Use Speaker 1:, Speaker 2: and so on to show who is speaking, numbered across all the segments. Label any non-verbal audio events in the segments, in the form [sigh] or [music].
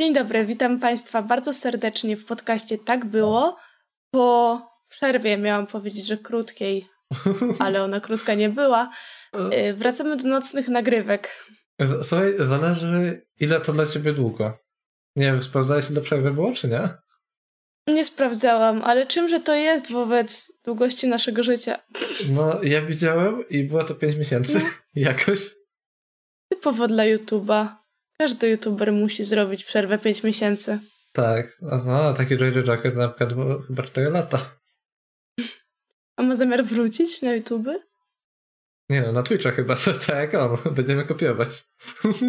Speaker 1: Dzień dobry, witam Państwa bardzo serdecznie w podcaście Tak było.
Speaker 2: No.
Speaker 1: Po przerwie miałam powiedzieć, że
Speaker 2: [laughs]
Speaker 1: krótkiej, ale ona krótka nie była.
Speaker 2: E.
Speaker 1: Yy, Wracamy do nocnych nagrywek.
Speaker 2: Z- Słuchaj, zależy ile to dla ciebie długo. Nie wiem, sprawdzałeś ile przerwy było, czy nie?
Speaker 1: Nie sprawdzałam, ale czymże to jest wobec długości naszego życia?
Speaker 2: No, ja widziałem i było to 5 miesięcy
Speaker 1: No.
Speaker 2: [laughs] jakoś.
Speaker 1: Typowo dla YouTube'a. Każdy YouTuber musi zrobić przerwę 5 miesięcy.
Speaker 2: Tak, a no, taki Jojo Jacket na przykład było chyba 4 lata.
Speaker 1: A ma zamiar wrócić na YouTube?
Speaker 2: Nie no, na Twitcha chyba, [laughs] co- tak jak on, będziemy
Speaker 1: [laughs]
Speaker 2: kopiować.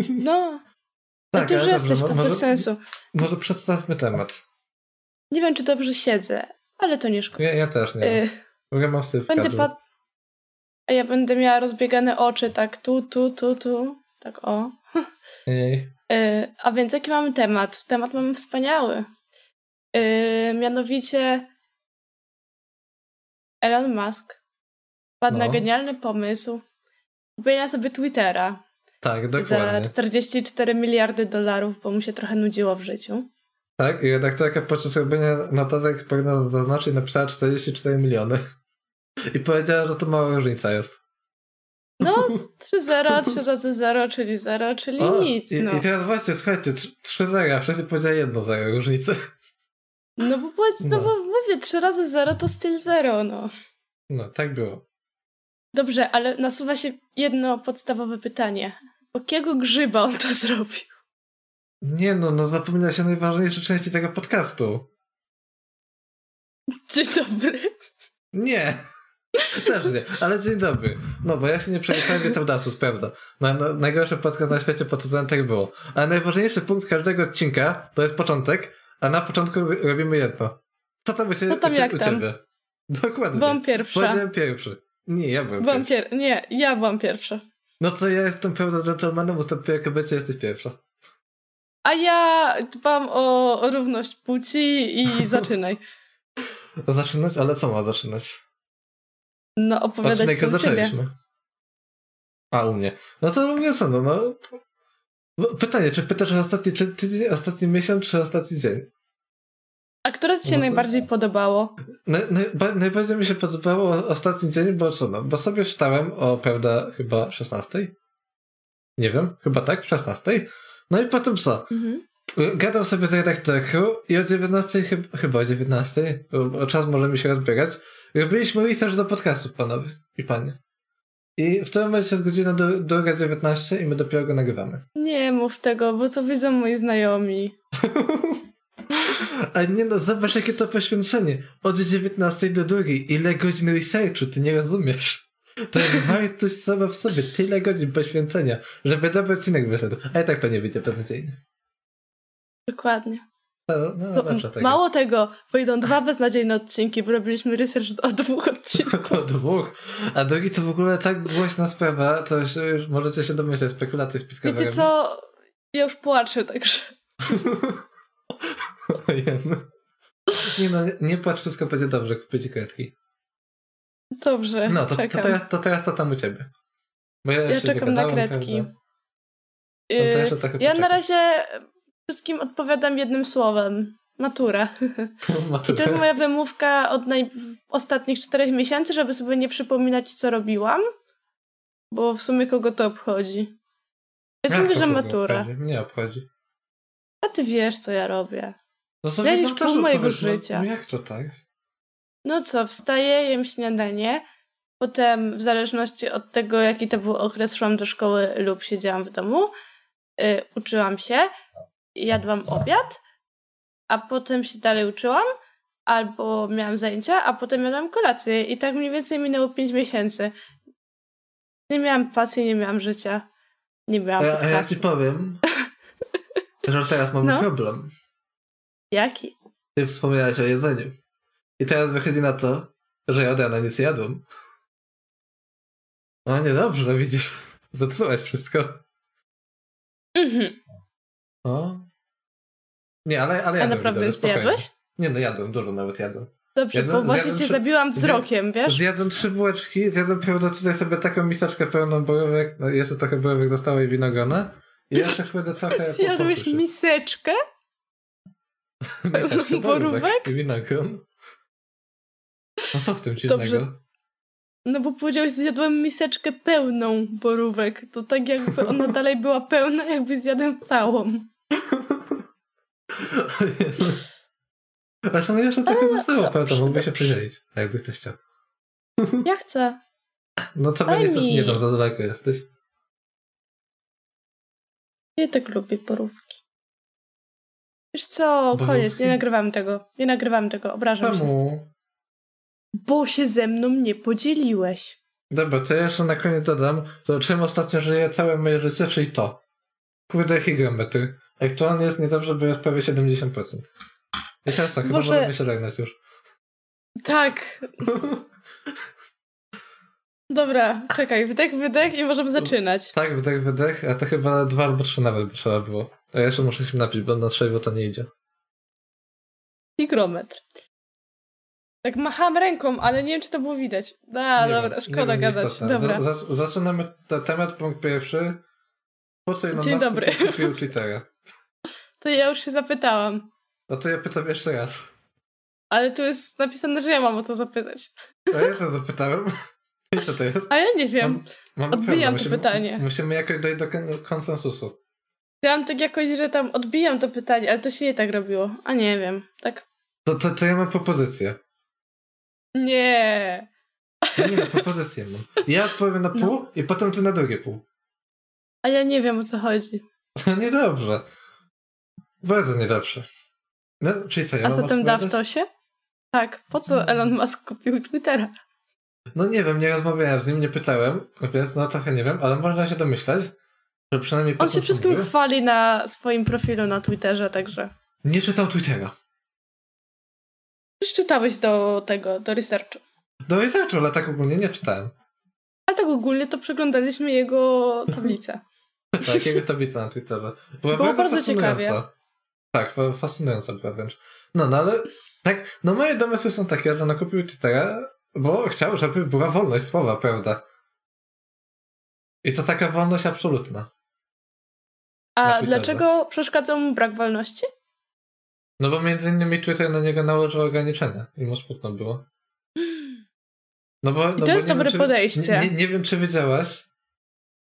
Speaker 1: No, tak, ty
Speaker 2: ale
Speaker 1: już jesteś,
Speaker 2: mo-
Speaker 1: to
Speaker 2: może,
Speaker 1: bez sensu.
Speaker 2: może przedstawmy temat.
Speaker 1: Nie wiem, czy dobrze siedzę, ale to nie szkodzi.
Speaker 2: Ja, ja też nie
Speaker 1: Yy,
Speaker 2: wiem. W ogóle mam syf w
Speaker 1: Będę
Speaker 2: kadrze.
Speaker 1: pat... A ja będę miała rozbiegane oczy, tak tu, tu, tu, tu. Tak o.
Speaker 2: Ej,
Speaker 1: Yy, a więc jaki mamy temat? Temat mamy wspaniały. Yy, mianowicie Elon Musk wpadł na
Speaker 2: No.
Speaker 1: genialny pomysł kupienia sobie Twittera
Speaker 2: Tak,
Speaker 1: za
Speaker 2: dokładnie.
Speaker 1: 44 miliardy dolarów, bo mu się trochę nudziło w życiu.
Speaker 2: Tak, i redaktorka podczas robienia notatek powinna zaznaczyć napisała 44 miliony. [laughs] I powiedziała, że to mała różnica jest. [laughs]
Speaker 1: No, 3-0, 3 razy 0, czyli 0, czyli
Speaker 2: O,
Speaker 1: nic.
Speaker 2: i,
Speaker 1: no.
Speaker 2: I teraz właśnie, słuchajcie, 3 zera, a wcześniej powiedziała 1 zero różnicy. [laughs]
Speaker 1: No bo powiedz, no
Speaker 2: No.
Speaker 1: bo mówię, 3 razy 0 to styl 0, no.
Speaker 2: No, tak było.
Speaker 1: Dobrze, ale nasuwa się jedno podstawowe pytanie. Jakiego grzyba on to [laughs] zrobił?
Speaker 2: Nie no, no zapomina się najważniejszej części tego podcastu.
Speaker 1: Dzień dobry.
Speaker 2: Nie. [laughs] Też nie, ale dzień dobry. No bo ja się nie przejechałem wiecodawców, prawda. Na, na, najgorszy podcast na świecie pod tytułem tak było. Ale najważniejszy punkt każdego odcinka to jest początek, a na początku ro- robimy jedno. Co tam u, się,
Speaker 1: No tam
Speaker 2: u, cie-
Speaker 1: jak
Speaker 2: u
Speaker 1: tam?
Speaker 2: ciebie? Dokładnie.
Speaker 1: Byłam pierwsza.
Speaker 2: Powiedziałem pierwszy. Nie, ja byłem
Speaker 1: Byłam
Speaker 2: pierwszy.
Speaker 1: pier... Nie, ja byłam pierwsza.
Speaker 2: No to ja jestem pełna gentlemanem, ustępuję kobiecie, jesteś pierwsza.
Speaker 1: A ja dbam o o równość płci
Speaker 2: [laughs]
Speaker 1: i zaczynaj.
Speaker 2: Zaczynać? Ale co ma zaczynać?
Speaker 1: No, opowiadać
Speaker 2: Odcinek
Speaker 1: co
Speaker 2: już
Speaker 1: u ciebie.
Speaker 2: zaczęliśmy. A u mnie. No to u mnie co, no, no. no pytanie, czy pytasz o ostatni czy tydzień, ostatni miesiąc, czy ostatni dzień?
Speaker 1: A które ci się
Speaker 2: No to-
Speaker 1: najbardziej podobało?
Speaker 2: Naj, najba- najbardziej mi się podobało ostatni dzień, bo co, no, bo sobie wstałem o, prawda, chyba 16? Nie wiem, chyba tak, 16? No i potem co?
Speaker 1: Mhm.
Speaker 2: Gadam sobie z redaktorką i o 19, chyb- chyba o 19, bo czas możemy się rozbiegać, robiliśmy research do podcastu, panowie i panie. I w tym momencie jest godzina dru- druga 19 i my dopiero go nagrywamy.
Speaker 1: Nie mów tego, bo to widzą moi znajomi.
Speaker 2: A nie no, zobacz jakie to poświęcenie. Od 19 do 2, ile godzin researchu, ty nie rozumiesz. To jest wartość sama w sobie, tyle godzin poświęcenia, żeby dobry odcinek wyszedł. A i tak panie wyjdzie beznadziejnie.
Speaker 1: Dokładnie.
Speaker 2: No, no
Speaker 1: To,
Speaker 2: zawsze tak.
Speaker 1: mało tego, wyjdą dwa beznadziejne odcinki, bo robiliśmy research o dwóch odcinkach.
Speaker 2: Około dwóch. A drugi to w ogóle tak głośna sprawa, to już, już możecie się domyślać, spekulacje spiskowe.
Speaker 1: Wiecie co? Ja już płaczę, także. [laughs]
Speaker 2: [laughs] Ojej, no. nie no, nie, nie płacz, wszystko będzie dobrze, kupię ci karetki.
Speaker 1: Dobrze,
Speaker 2: No, to, to,
Speaker 1: czekam.
Speaker 2: teraz, to teraz to tam u ciebie. Bo ja,
Speaker 1: ja
Speaker 2: jeszcze
Speaker 1: czekam na
Speaker 2: dogadałem,
Speaker 1: kredki.
Speaker 2: prawda? No to
Speaker 1: Yy,
Speaker 2: jeszcze trochę
Speaker 1: ja na
Speaker 2: poczekam.
Speaker 1: razie wszystkim odpowiadam jednym słowem. Matura. I to
Speaker 2: [laughs] Maturę.
Speaker 1: jest moja wymówka od naj... ostatnich czterech miesięcy, żeby sobie nie przypominać, co robiłam, bo w sumie kogo to obchodzi. Więc
Speaker 2: Jak
Speaker 1: mówię,
Speaker 2: to
Speaker 1: że
Speaker 2: kogo
Speaker 1: matura.
Speaker 2: obchodzi? Mnie obchodzi.
Speaker 1: A ty wiesz, co ja robię.
Speaker 2: No to
Speaker 1: Ja
Speaker 2: widzą
Speaker 1: już
Speaker 2: też
Speaker 1: pół mojego
Speaker 2: odpowiedź, no,
Speaker 1: życia.
Speaker 2: Jak to tak?
Speaker 1: No co, wstaję, jem śniadanie, potem w zależności od tego, jaki to był okres, szłam do szkoły lub siedziałam w domu, y, uczyłam się, jadłam obiad, a potem się dalej uczyłam, albo miałam zajęcia, a potem jadłam kolację i tak mniej więcej minęło 5 miesięcy. Nie miałam pasji, nie miałam życia, nie miałam
Speaker 2: A, ja- a ja
Speaker 1: podcastu. [laughs]
Speaker 2: ci powiem, że teraz mamy
Speaker 1: No.
Speaker 2: problem.
Speaker 1: Jaki?
Speaker 2: Ty wspomniałeś o jedzeniu. I teraz wychodzi na to, że ja od rana nic nie jadłem. No niedobrze, widzisz. [laughs] Zepsułaś wszystko.
Speaker 1: Mhm.
Speaker 2: O. No. Nie, ale, ale
Speaker 1: A
Speaker 2: jadłem.
Speaker 1: naprawdę
Speaker 2: jadłem,
Speaker 1: jest
Speaker 2: spokojnie.
Speaker 1: jadłeś?
Speaker 2: Nie no, jadłem, dużo nawet jadłem.
Speaker 1: Dobrze,
Speaker 2: Jadłem-
Speaker 1: bo właśnie
Speaker 2: zjadłem
Speaker 1: cię
Speaker 2: trzy-
Speaker 1: zabiłam
Speaker 2: zja-
Speaker 1: wzrokiem, wiesz?
Speaker 2: Zjadłem trzy bułeczki, zjadłem prawda tutaj sobie taką miseczkę pełną borówek, no, jeszcze trochę borówek zostało i winogrona. I jeszcze chyba trochę... po-
Speaker 1: Zjadłeś
Speaker 2: posuszy.
Speaker 1: miseczkę?
Speaker 2: Miesiak,
Speaker 1: [laughs] Borówek?
Speaker 2: borówek i winogron. No co w tym dziwnego?
Speaker 1: Dobrze. No bo powiedziałeś, zjadłem miseczkę pełną borówek. To tak jakby [laughs] ona dalej była pełna, jakby zjadłem całą.
Speaker 2: [laughs] Zresztą no jeszcze tylko zostało,
Speaker 1: dobrze,
Speaker 2: prawda? Mógłby się
Speaker 1: dobrze.
Speaker 2: przydzielić, jakby ktoś chciał.
Speaker 1: Ja chcę.
Speaker 2: No co
Speaker 1: Daj
Speaker 2: będzie, co
Speaker 1: mi.
Speaker 2: nie tam za daleko jesteś?
Speaker 1: Ja tak lubię borówki. Wiesz co, koniec,
Speaker 2: Borówki?
Speaker 1: nie nagrywam tego. Nie nagrywam tego, obrażam się.
Speaker 2: Czemu?
Speaker 1: Bo się ze mną nie podzieliłeś.
Speaker 2: Dobra, co ja jeszcze na koniec dodam, to czym ostatnio żyję całe moje życie, czyli to. Kurde higrometry. Aktualnie jest niedobrze, bo jest prawie 70%. I teraz tak, chyba
Speaker 1: Boże.
Speaker 2: możemy się legnać już.
Speaker 1: Tak. [laughs] Dobra, czekaj, wydech, wydech i możemy zaczynać.
Speaker 2: tak, wydech, wydech, a to chyba dwa albo trzy nawet by trzeba było. A ja jeszcze muszę się napić, bo na trzeźwo to nie idzie.
Speaker 1: Higrometr. Tak macham ręką, ale nie wiem, czy to było widać. A,
Speaker 2: Nie
Speaker 1: dobra,
Speaker 2: wiem,
Speaker 1: szkoda
Speaker 2: nie wiem,
Speaker 1: gadać.
Speaker 2: nieistotne.
Speaker 1: Dobra.
Speaker 2: Za, za, zaczynamy te- temat, punkt pierwszy. Po co Elon
Speaker 1: Dzień
Speaker 2: Musk
Speaker 1: dobry.
Speaker 2: kupił Twittera?
Speaker 1: To ja już się zapytałam.
Speaker 2: No to ja pytam jeszcze raz.
Speaker 1: Ale tu jest napisane, że ja mam o to zapytać.
Speaker 2: A ja to zapytałem. [laughs] I co to jest?
Speaker 1: A ja nie wiem.
Speaker 2: Mam- Mam
Speaker 1: Odbijam
Speaker 2: problem,
Speaker 1: to pytanie.
Speaker 2: Musimy jakoś dojść do kon- konsensusu.
Speaker 1: Chciałam tak jakoś, że tam odbijam to pytanie, ale to się nie tak robiło. A nie wiem, tak.
Speaker 2: To, to, to ja mam propozycję.
Speaker 1: Nie.
Speaker 2: No Nie, propozycję mam. Ja odpowiem na pół i potem ty na drugie pół. [laughs]
Speaker 1: A ja nie wiem o co chodzi.
Speaker 2: Niedobrze. Bardzo niedobrze. No, czyli co, ja
Speaker 1: A
Speaker 2: mam
Speaker 1: zatem da w
Speaker 2: odpowiadać?
Speaker 1: to się? Tak, po co
Speaker 2: Mm.
Speaker 1: Elon Musk kupił Twittera?
Speaker 2: No nie wiem, nie rozmawiałem z nim, nie pytałem, więc no trochę nie wiem, ale można się domyślać, że przynajmniej... po
Speaker 1: On się
Speaker 2: tym, co
Speaker 1: wszystkim
Speaker 2: mówił,
Speaker 1: chwali na swoim profilu na Twitterze, także.
Speaker 2: Nie czytał Twittera.
Speaker 1: Już czytałeś do tego, do researchu.
Speaker 2: No i zaczął, ale tak ogólnie nie czytałem.
Speaker 1: A tak ogólnie to przeglądaliśmy jego tablicę.
Speaker 2: [laughs] Tak, jego tablica na Twitterze. Była
Speaker 1: Było
Speaker 2: bardzo,
Speaker 1: bardzo
Speaker 2: fascynująca.
Speaker 1: ciekawie.
Speaker 2: Tak, fa- fascynująca była wręcz. No, no ale tak, no moje domysły są takie, że no kupił Twittera, bo chciał, żeby była wolność słowa, prawda? I to taka wolność absolutna. Na
Speaker 1: A
Speaker 2: Twitterze.
Speaker 1: dlaczego przeszkadzał mu brak wolności?
Speaker 2: No bo między innymi Twitter na niego nałożył ograniczenia i mu smutno było. No bo, no
Speaker 1: to
Speaker 2: bo
Speaker 1: jest
Speaker 2: nie
Speaker 1: dobre
Speaker 2: wiem, czy-
Speaker 1: podejście.
Speaker 2: Nie, nie, nie wiem, czy wiedziałaś,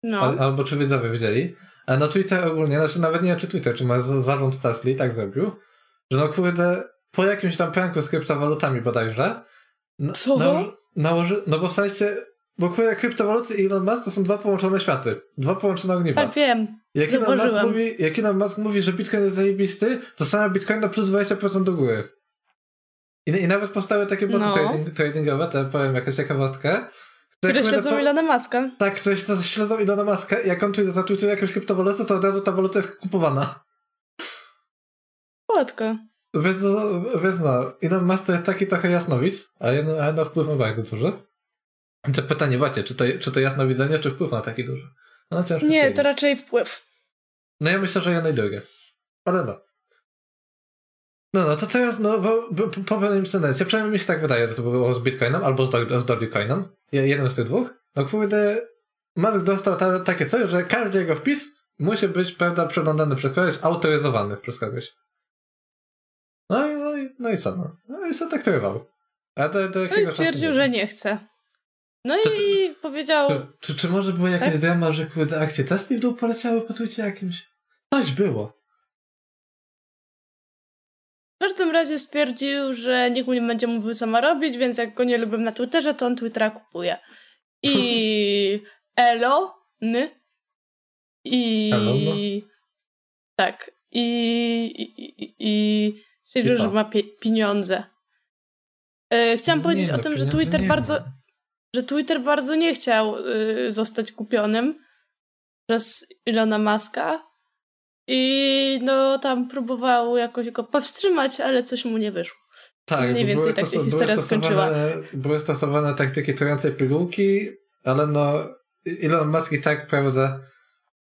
Speaker 1: No.
Speaker 2: Al, albo czy widzowie wiedzieli. A no Twitter ogólnie, znaczy nawet nie wiem czy Twitter, czy ma za- zarząd Tesla i tak zrobił, że no kurde, po jakimś tam pranku z kryptowalutami bodajże, na,
Speaker 1: Co?
Speaker 2: nałoży, nałoży, no bo w sensie, bo kurde kryptowaluty i Elon Musk to są dwa połączone światy, dwa połączone ogniwa.
Speaker 1: Tak wiem.
Speaker 2: jak, Elon Musk
Speaker 1: zauważyłam.
Speaker 2: mówi, jak Elon Musk mówi, że Bitcoin jest zajebisty, to sama Bitcoin na plus 20% do góry. I, I nawet powstały takie boty
Speaker 1: No.
Speaker 2: trading, tradingowe, to ja powiem jakąś ciekawostkę.
Speaker 1: Które
Speaker 2: kurde,
Speaker 1: się
Speaker 2: po-
Speaker 1: z Elona Muska.
Speaker 2: tak, ktoś to śledzą Ilona Maska, jak on tu zatwituje jakąś kryptowalutę, to od razu ta waluta jest kupowana. [laughs]
Speaker 1: Płatko.
Speaker 2: Więc, no- więc no, Elon Musk to jest taki trochę jasnowidz, ale no, ale no wpływ ma bardzo duży. To pytanie właśnie, czy to, czy to jasnowidzenie, czy wpływ ma taki duży? No, ciężko
Speaker 1: Nie,
Speaker 2: stwierdzić.
Speaker 1: to raczej wpływ.
Speaker 2: No ja myślę, że ja najdługie. Ale no. No, no to teraz, no, bo, bo, po- po pewnym scenariuszu, przynajmniej mi się tak wydaje, że to było z Bitcoinem albo z, Dog- z Dogecoinem, Je- jeden z tych dwóch, no kurde, Musk dostał ta, takie coś, że każdy jego wpis musi być, prawda, przeglądany przez kogoś, autoryzowany przez kogoś. No i, no, i- no i co, no? No i zatraktował. A do, do
Speaker 1: No i
Speaker 2: jakiego czasu
Speaker 1: stwierdził,
Speaker 2: nie
Speaker 1: że
Speaker 2: wiem.
Speaker 1: nie chce. No
Speaker 2: To
Speaker 1: i powiedział,
Speaker 2: Czy, czy, czy może było jakieś
Speaker 1: Tak?
Speaker 2: drama, że kurde, akcje Tesla w dół poleciały po tucie jakimś? Coś było.
Speaker 1: w każdym razie stwierdził, że nikt mu nie będzie mówił, co ma robić, więc jak go nie lubię na Twitterze, to on Twittera kupuje.
Speaker 2: [laughs]
Speaker 1: I Elon i...
Speaker 2: Elon?
Speaker 1: Tak. I, i, i, i stwierdził,
Speaker 2: I co?
Speaker 1: że ma pie- pieniądze. Yy, chciałam
Speaker 2: Nie
Speaker 1: powiedzieć
Speaker 2: no,
Speaker 1: o tym, że
Speaker 2: pieniędzy
Speaker 1: Twitter
Speaker 2: nie
Speaker 1: bardzo...
Speaker 2: ma.
Speaker 1: że Twitter bardzo nie chciał y, zostać kupionym przez Ilona Maska i no tam próbował jakoś go powstrzymać, ale coś mu nie wyszło.
Speaker 2: Tak,
Speaker 1: mniej
Speaker 2: bo
Speaker 1: więcej
Speaker 2: były
Speaker 1: tak się
Speaker 2: stosu- były
Speaker 1: historia skończyła.
Speaker 2: stosowane- Były stosowane taktyki trującej pigułki, ale no Elon Musk i tak, prawda,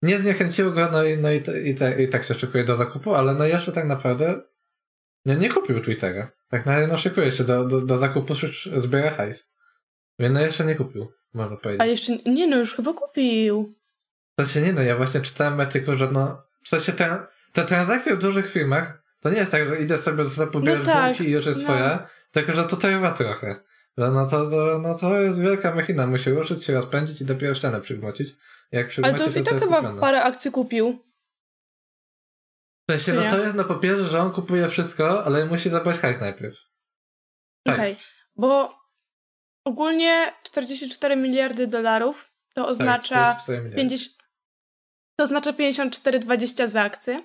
Speaker 2: nie zniechęcił go, no i, no i, te- i, te, i tak się szykuje do zakupu, ale no jeszcze tak naprawdę no nie, nie kupił Twittera. Tak naprawdę no szykuje się do, do, do zakupu, sz- zbiera hajs. Więc no jeszcze nie kupił, można powiedzieć.
Speaker 1: A jeszcze, nie no, już chyba kupił.
Speaker 2: To się nie no, ja właśnie czytałem artykuł, że no, w sensie ten, te transakcje w dużych firmach To nie jest tak, że idziesz sobie do sklepu,
Speaker 1: No
Speaker 2: bierzesz
Speaker 1: tak,
Speaker 2: bułki i już jest
Speaker 1: no.
Speaker 2: twoja, tylko że tutaj ma trochę. Że no to, to, no to jest wielka machina, musi ruszyć się, rozpędzić i dopiero ścianę przygmocić. Jak
Speaker 1: Ale
Speaker 2: przygmoci,
Speaker 1: to już i
Speaker 2: to
Speaker 1: tak
Speaker 2: jest
Speaker 1: chyba
Speaker 2: kupione.
Speaker 1: parę akcji kupił.
Speaker 2: W sensie,
Speaker 1: Nie.
Speaker 2: no to jest na papierze, że on kupuje wszystko, ale musi zabrać hajs najpierw. Tak.
Speaker 1: Okej, bo ogólnie 44 miliardy dolarów to oznacza...
Speaker 2: Tak, 44 miliardy.
Speaker 1: 50, to oznacza 54,20 za akcję.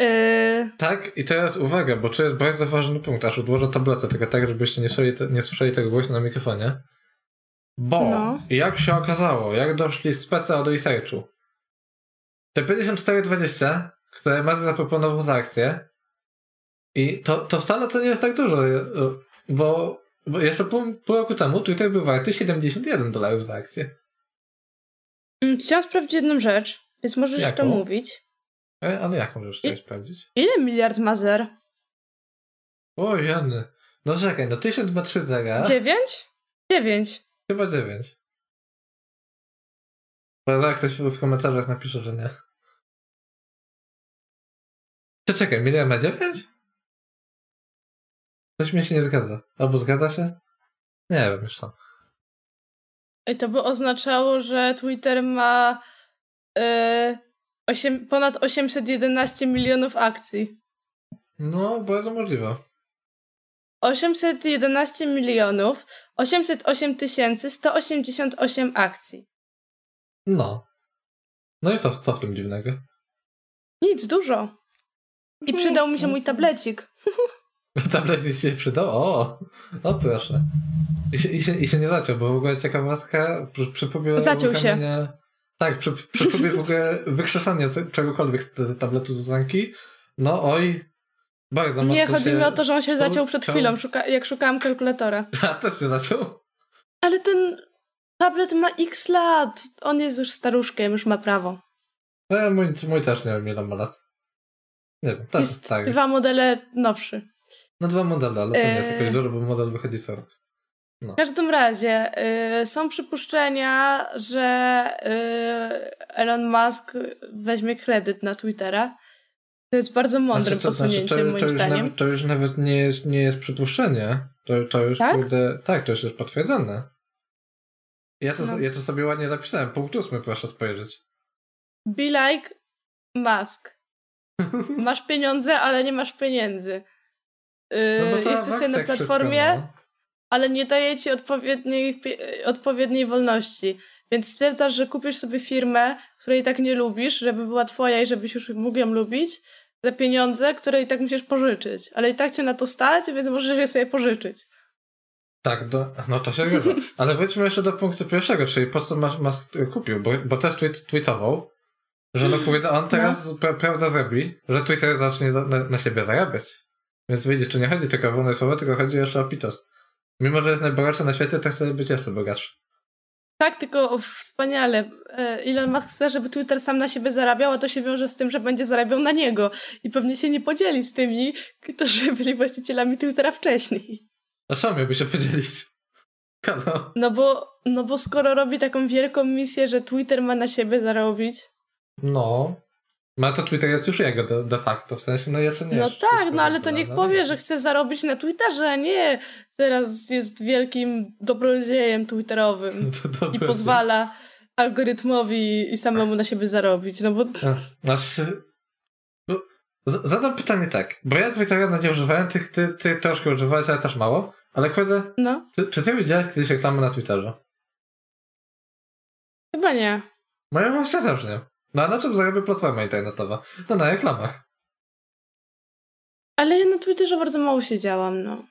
Speaker 1: Yy,
Speaker 2: Tak, i teraz uwaga, bo to jest bardzo ważny punkt, aż odłożę tabletę, tylko tak, żebyście nie słyszeli, te, nie słyszeli tego głośno na mikrofonie. Bo,
Speaker 1: No.
Speaker 2: jak się okazało, jak doszli speca do researchu, te 54,20, które Mark zaproponował za akcję, i to, to wcale to nie jest tak dużo, y, y, bo, bo jeszcze pół, pół roku temu Twitter był warty 71 dolarów za akcję.
Speaker 1: mm, chciałam sprawdzić jedną rzecz, więc możesz
Speaker 2: Jaką?
Speaker 1: jeszcze mówić.
Speaker 2: E, Ale jak możesz
Speaker 1: I-
Speaker 2: to sprawdzić?
Speaker 1: Ile miliard ma zer?
Speaker 2: O, jany. No czekaj, no 1230 zera.
Speaker 1: Dziewięć? Dziewięć.
Speaker 2: Chyba 9. Prawda, ktoś w komentarzach napisze, że nie. To czekaj, miliard ma 9? Coś mi się nie zgadza. Albo zgadza się? Nie wiem już tam.
Speaker 1: I to by oznaczało, że Twitter ma yy, osiem, ponad 811 milionów akcji.
Speaker 2: No, bardzo możliwe.
Speaker 1: 811 milionów 808 tysięcy 188 akcji.
Speaker 2: No. No i co, co w tym dziwnego?
Speaker 1: Nic, dużo. I przydał mi się mój tablecik.
Speaker 2: [laughs] Tablet ci się przydał? O! O proszę. I się, i się, i się nie zaciął, bo w ogóle ciekawostka przy, przy próbie
Speaker 1: Zaciął się.
Speaker 2: uruchomienia- Tak, przy, przy próbie w ogóle wykrzeszania z- czegokolwiek z z tabletu Zuzanki. No oj, bardzo mocno
Speaker 1: Nie, chodzi
Speaker 2: się...
Speaker 1: mi o to, że on się
Speaker 2: to-
Speaker 1: zaciął przed
Speaker 2: to-
Speaker 1: chwilą, szuka, jak szukałam kalkulatora.
Speaker 2: [laughs] A, też się zaciął?
Speaker 1: Ale ten tablet ma x lat. On jest już staruszkiem, już ma prawo.
Speaker 2: No, mój, mój też nie wiem ile ma lat. Nie wiem, też
Speaker 1: jest
Speaker 2: tak.
Speaker 1: dwa modele nowszy.
Speaker 2: No dwa modele, ale to nie jest
Speaker 1: Eee.
Speaker 2: jakoś dużo, bo model wychodzi co rok.
Speaker 1: W każdym razie y, są przypuszczenia, że y, Elon Musk weźmie kredyt na Twittera. To jest bardzo mądre
Speaker 2: Znaczy, to- znaczy,
Speaker 1: posunięcie,
Speaker 2: to,
Speaker 1: moim
Speaker 2: to już
Speaker 1: zdaniem.
Speaker 2: Nawet, to już nawet nie jest, nie jest przypuszczenie. To, to już
Speaker 1: Tak?
Speaker 2: kurde, tak, to już jest potwierdzone. Ja to,
Speaker 1: No.
Speaker 2: ja to sobie ładnie zapisałem. Punkt ósmy, proszę spojrzeć.
Speaker 1: Be like
Speaker 2: [laughs]
Speaker 1: Musk. Masz pieniądze, ale nie masz pieniędzy. Y,
Speaker 2: No bo w
Speaker 1: jesteś sobie na
Speaker 2: akcjach wszystko,
Speaker 1: platformie,
Speaker 2: no.
Speaker 1: ale nie daje ci odpowiedniej, pie- odpowiedniej wolności. Więc stwierdzasz, że kupisz sobie firmę, której tak nie lubisz, żeby była twoja i żebyś już mógł ją lubić, za pieniądze, które i tak musisz pożyczyć. Ale i tak cię na to stać, więc możesz je sobie pożyczyć.
Speaker 2: Tak, do, no to się zgadza. Ale wróćmy jeszcze do punktu pierwszego, czyli po co Mas- Musk kupił, bo, bo też tweet, tweetował, że no kurde, on teraz pra, prawda zrobi, że Twitter zacznie za, na, na siebie zarabiać. Więc widzisz, tu nie chodzi tylko o wolne słowo, tylko chodzi jeszcze o pitos. Mimo, że jest najbogatszy na świecie, to chce być jeszcze bogatszy.
Speaker 1: Tak, tylko o, wspaniale. E, Elon Musk chce, żeby Twitter sam na siebie zarabiał, a to się wiąże z tym, że będzie zarabiał na niego. I pewnie się nie podzieli z tymi, którzy byli właścicielami Twittera wcześniej.
Speaker 2: A co miałby się podzielić? [laughs] Kanał.
Speaker 1: No bo, no bo skoro robi taką wielką misję, że Twitter ma na siebie zarobić.
Speaker 2: No. Ma to Twitter jest już jego de, de facto, w sensie no jeszcze nie
Speaker 1: no
Speaker 2: jest
Speaker 1: tak,
Speaker 2: już
Speaker 1: no ale to
Speaker 2: popularny,
Speaker 1: niech powie, że chce zarobić na Twitterze, a nie teraz jest wielkim dobrodziejem
Speaker 2: [laughs]
Speaker 1: twitterowym
Speaker 2: [laughs] To
Speaker 1: i
Speaker 2: dobre.
Speaker 1: pozwala algorytmowi i samemu na siebie zarobić. No bo
Speaker 2: A, Znaczy... no, z- Zadam pytanie tak, bo ja Twittera no nie używałem, ty, ty, ty troszkę używałeś, ale też mało. Ale kurde,
Speaker 1: no,
Speaker 2: czy, czy ty widziałeś kiedyś reklamę na Twitterze?
Speaker 1: chyba nie.
Speaker 2: Moja mama się zawsze. No a na czym zarabia platforma internetowa? No na reklamach.
Speaker 1: Ale ja na Twitterze bardzo mało siedziałam, no.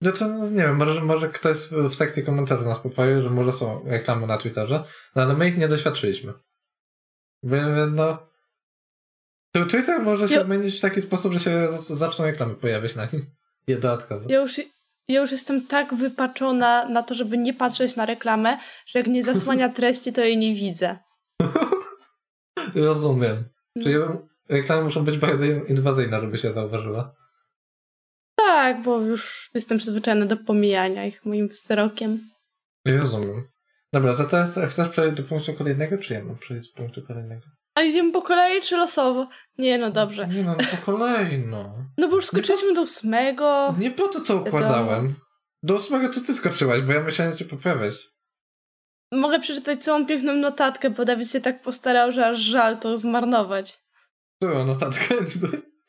Speaker 2: No to no, nie wiem, może, może ktoś w sekcji komentarzy nas poprawił, że może są reklamy na Twitterze, no ale my ich nie doświadczyliśmy. Więc no... To Twitter może się
Speaker 1: Ja-
Speaker 2: zmienić w taki sposób, że się zas- zaczną reklamy pojawiać na nim. [laughs] Je dodatkowo.
Speaker 1: Ja już, ja już jestem tak wypaczona na to, żeby nie patrzeć na reklamę, że jak nie zasłania treści, to jej nie widzę.
Speaker 2: Rozumiem. Czyli reklamy muszą być bardzo inwazyjne, żeby się zauważyła.
Speaker 1: Tak, bo już jestem przyzwyczajona do pomijania ich moim wzrokiem.
Speaker 2: Rozumiem. Dobra, to teraz chcesz przejść do punktu kolejnego, czy ja mam przejść do punktu kolejnego?
Speaker 1: A idziemy po kolei czy losowo? Nie, no dobrze.
Speaker 2: Nie no, no po kolei, no. Mhm.
Speaker 1: No bo już skoczyliśmy do ósmego.
Speaker 2: Nie po to to układałem. Do ósmego to ty skoczyłaś, bo ja myślałem cię poprawiać.
Speaker 1: Mogę przeczytać całą piękną notatkę, bo Dawid się tak postarał, że aż żal to zmarnować.
Speaker 2: Którą notatkę? [laughs]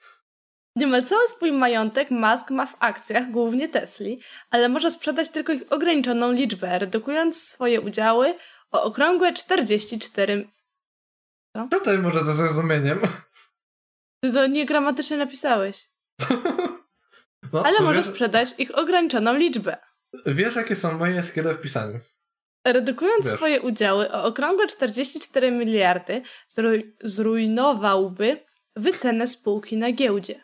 Speaker 1: Niemal cały swój majątek Musk ma w akcjach, głównie Tesli, ale może sprzedać tylko ich ograniczoną liczbę, redukując swoje udziały o okrągłe 44...
Speaker 2: Tutaj może ze zrozumieniem.
Speaker 1: Ty to niegramatycznie napisałeś.
Speaker 2: No,
Speaker 1: Ale może
Speaker 2: wiesz,
Speaker 1: sprzedać ich ograniczoną liczbę.
Speaker 2: wiesz, jakie są moje skille w pisaniu.
Speaker 1: Redukując
Speaker 2: Wiesz.
Speaker 1: swoje udziały o okrągłe 44 miliardy, zruj- zrujnowałby wycenę spółki na giełdzie.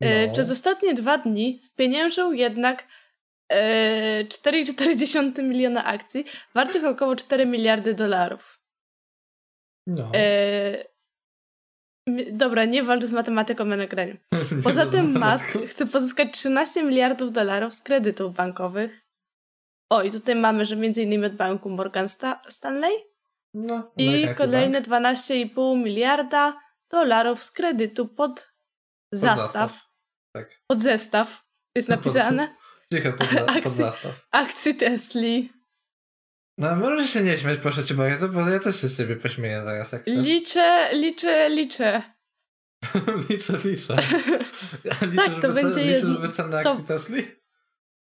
Speaker 1: E,
Speaker 2: No.
Speaker 1: Przez ostatnie dwa dni spieniężył jednak e, 4,4 miliona akcji wartych około 4 miliardy dolarów.
Speaker 2: No.
Speaker 1: E, mi- Dobra, nie walcz z matematyką na nagraniu.
Speaker 2: [laughs] Nie
Speaker 1: Poza
Speaker 2: ma
Speaker 1: tym
Speaker 2: matematyków.
Speaker 1: Musk chce pozyskać 13 miliardów dolarów z kredytów bankowych. O, i tutaj mamy, że m.in. od banku Morgan Sta- Stanley
Speaker 2: No,
Speaker 1: i
Speaker 2: mega
Speaker 1: kolejne 12,5 miliarda dolarów z kredytu pod
Speaker 2: chyba. Pod
Speaker 1: zastaw,
Speaker 2: Tak.
Speaker 1: pod zestaw jest
Speaker 2: No, pod-
Speaker 1: napisane,
Speaker 2: Cicho, pod, za- pod
Speaker 1: Akcji.
Speaker 2: zastaw.
Speaker 1: akcji Tesli.
Speaker 2: No, możesz się nie śmiać, proszę cię bardzo, bo ja też się z ciebie pośmieję zaraz, jak chcesz.
Speaker 1: Liczę, liczę, liczę.
Speaker 2: [laughs] liczę,
Speaker 1: [laughs]
Speaker 2: liczę. liczę
Speaker 1: Tak, to będzie jedno-
Speaker 2: Liczysz wycenę
Speaker 1: to-
Speaker 2: akcji Tesli?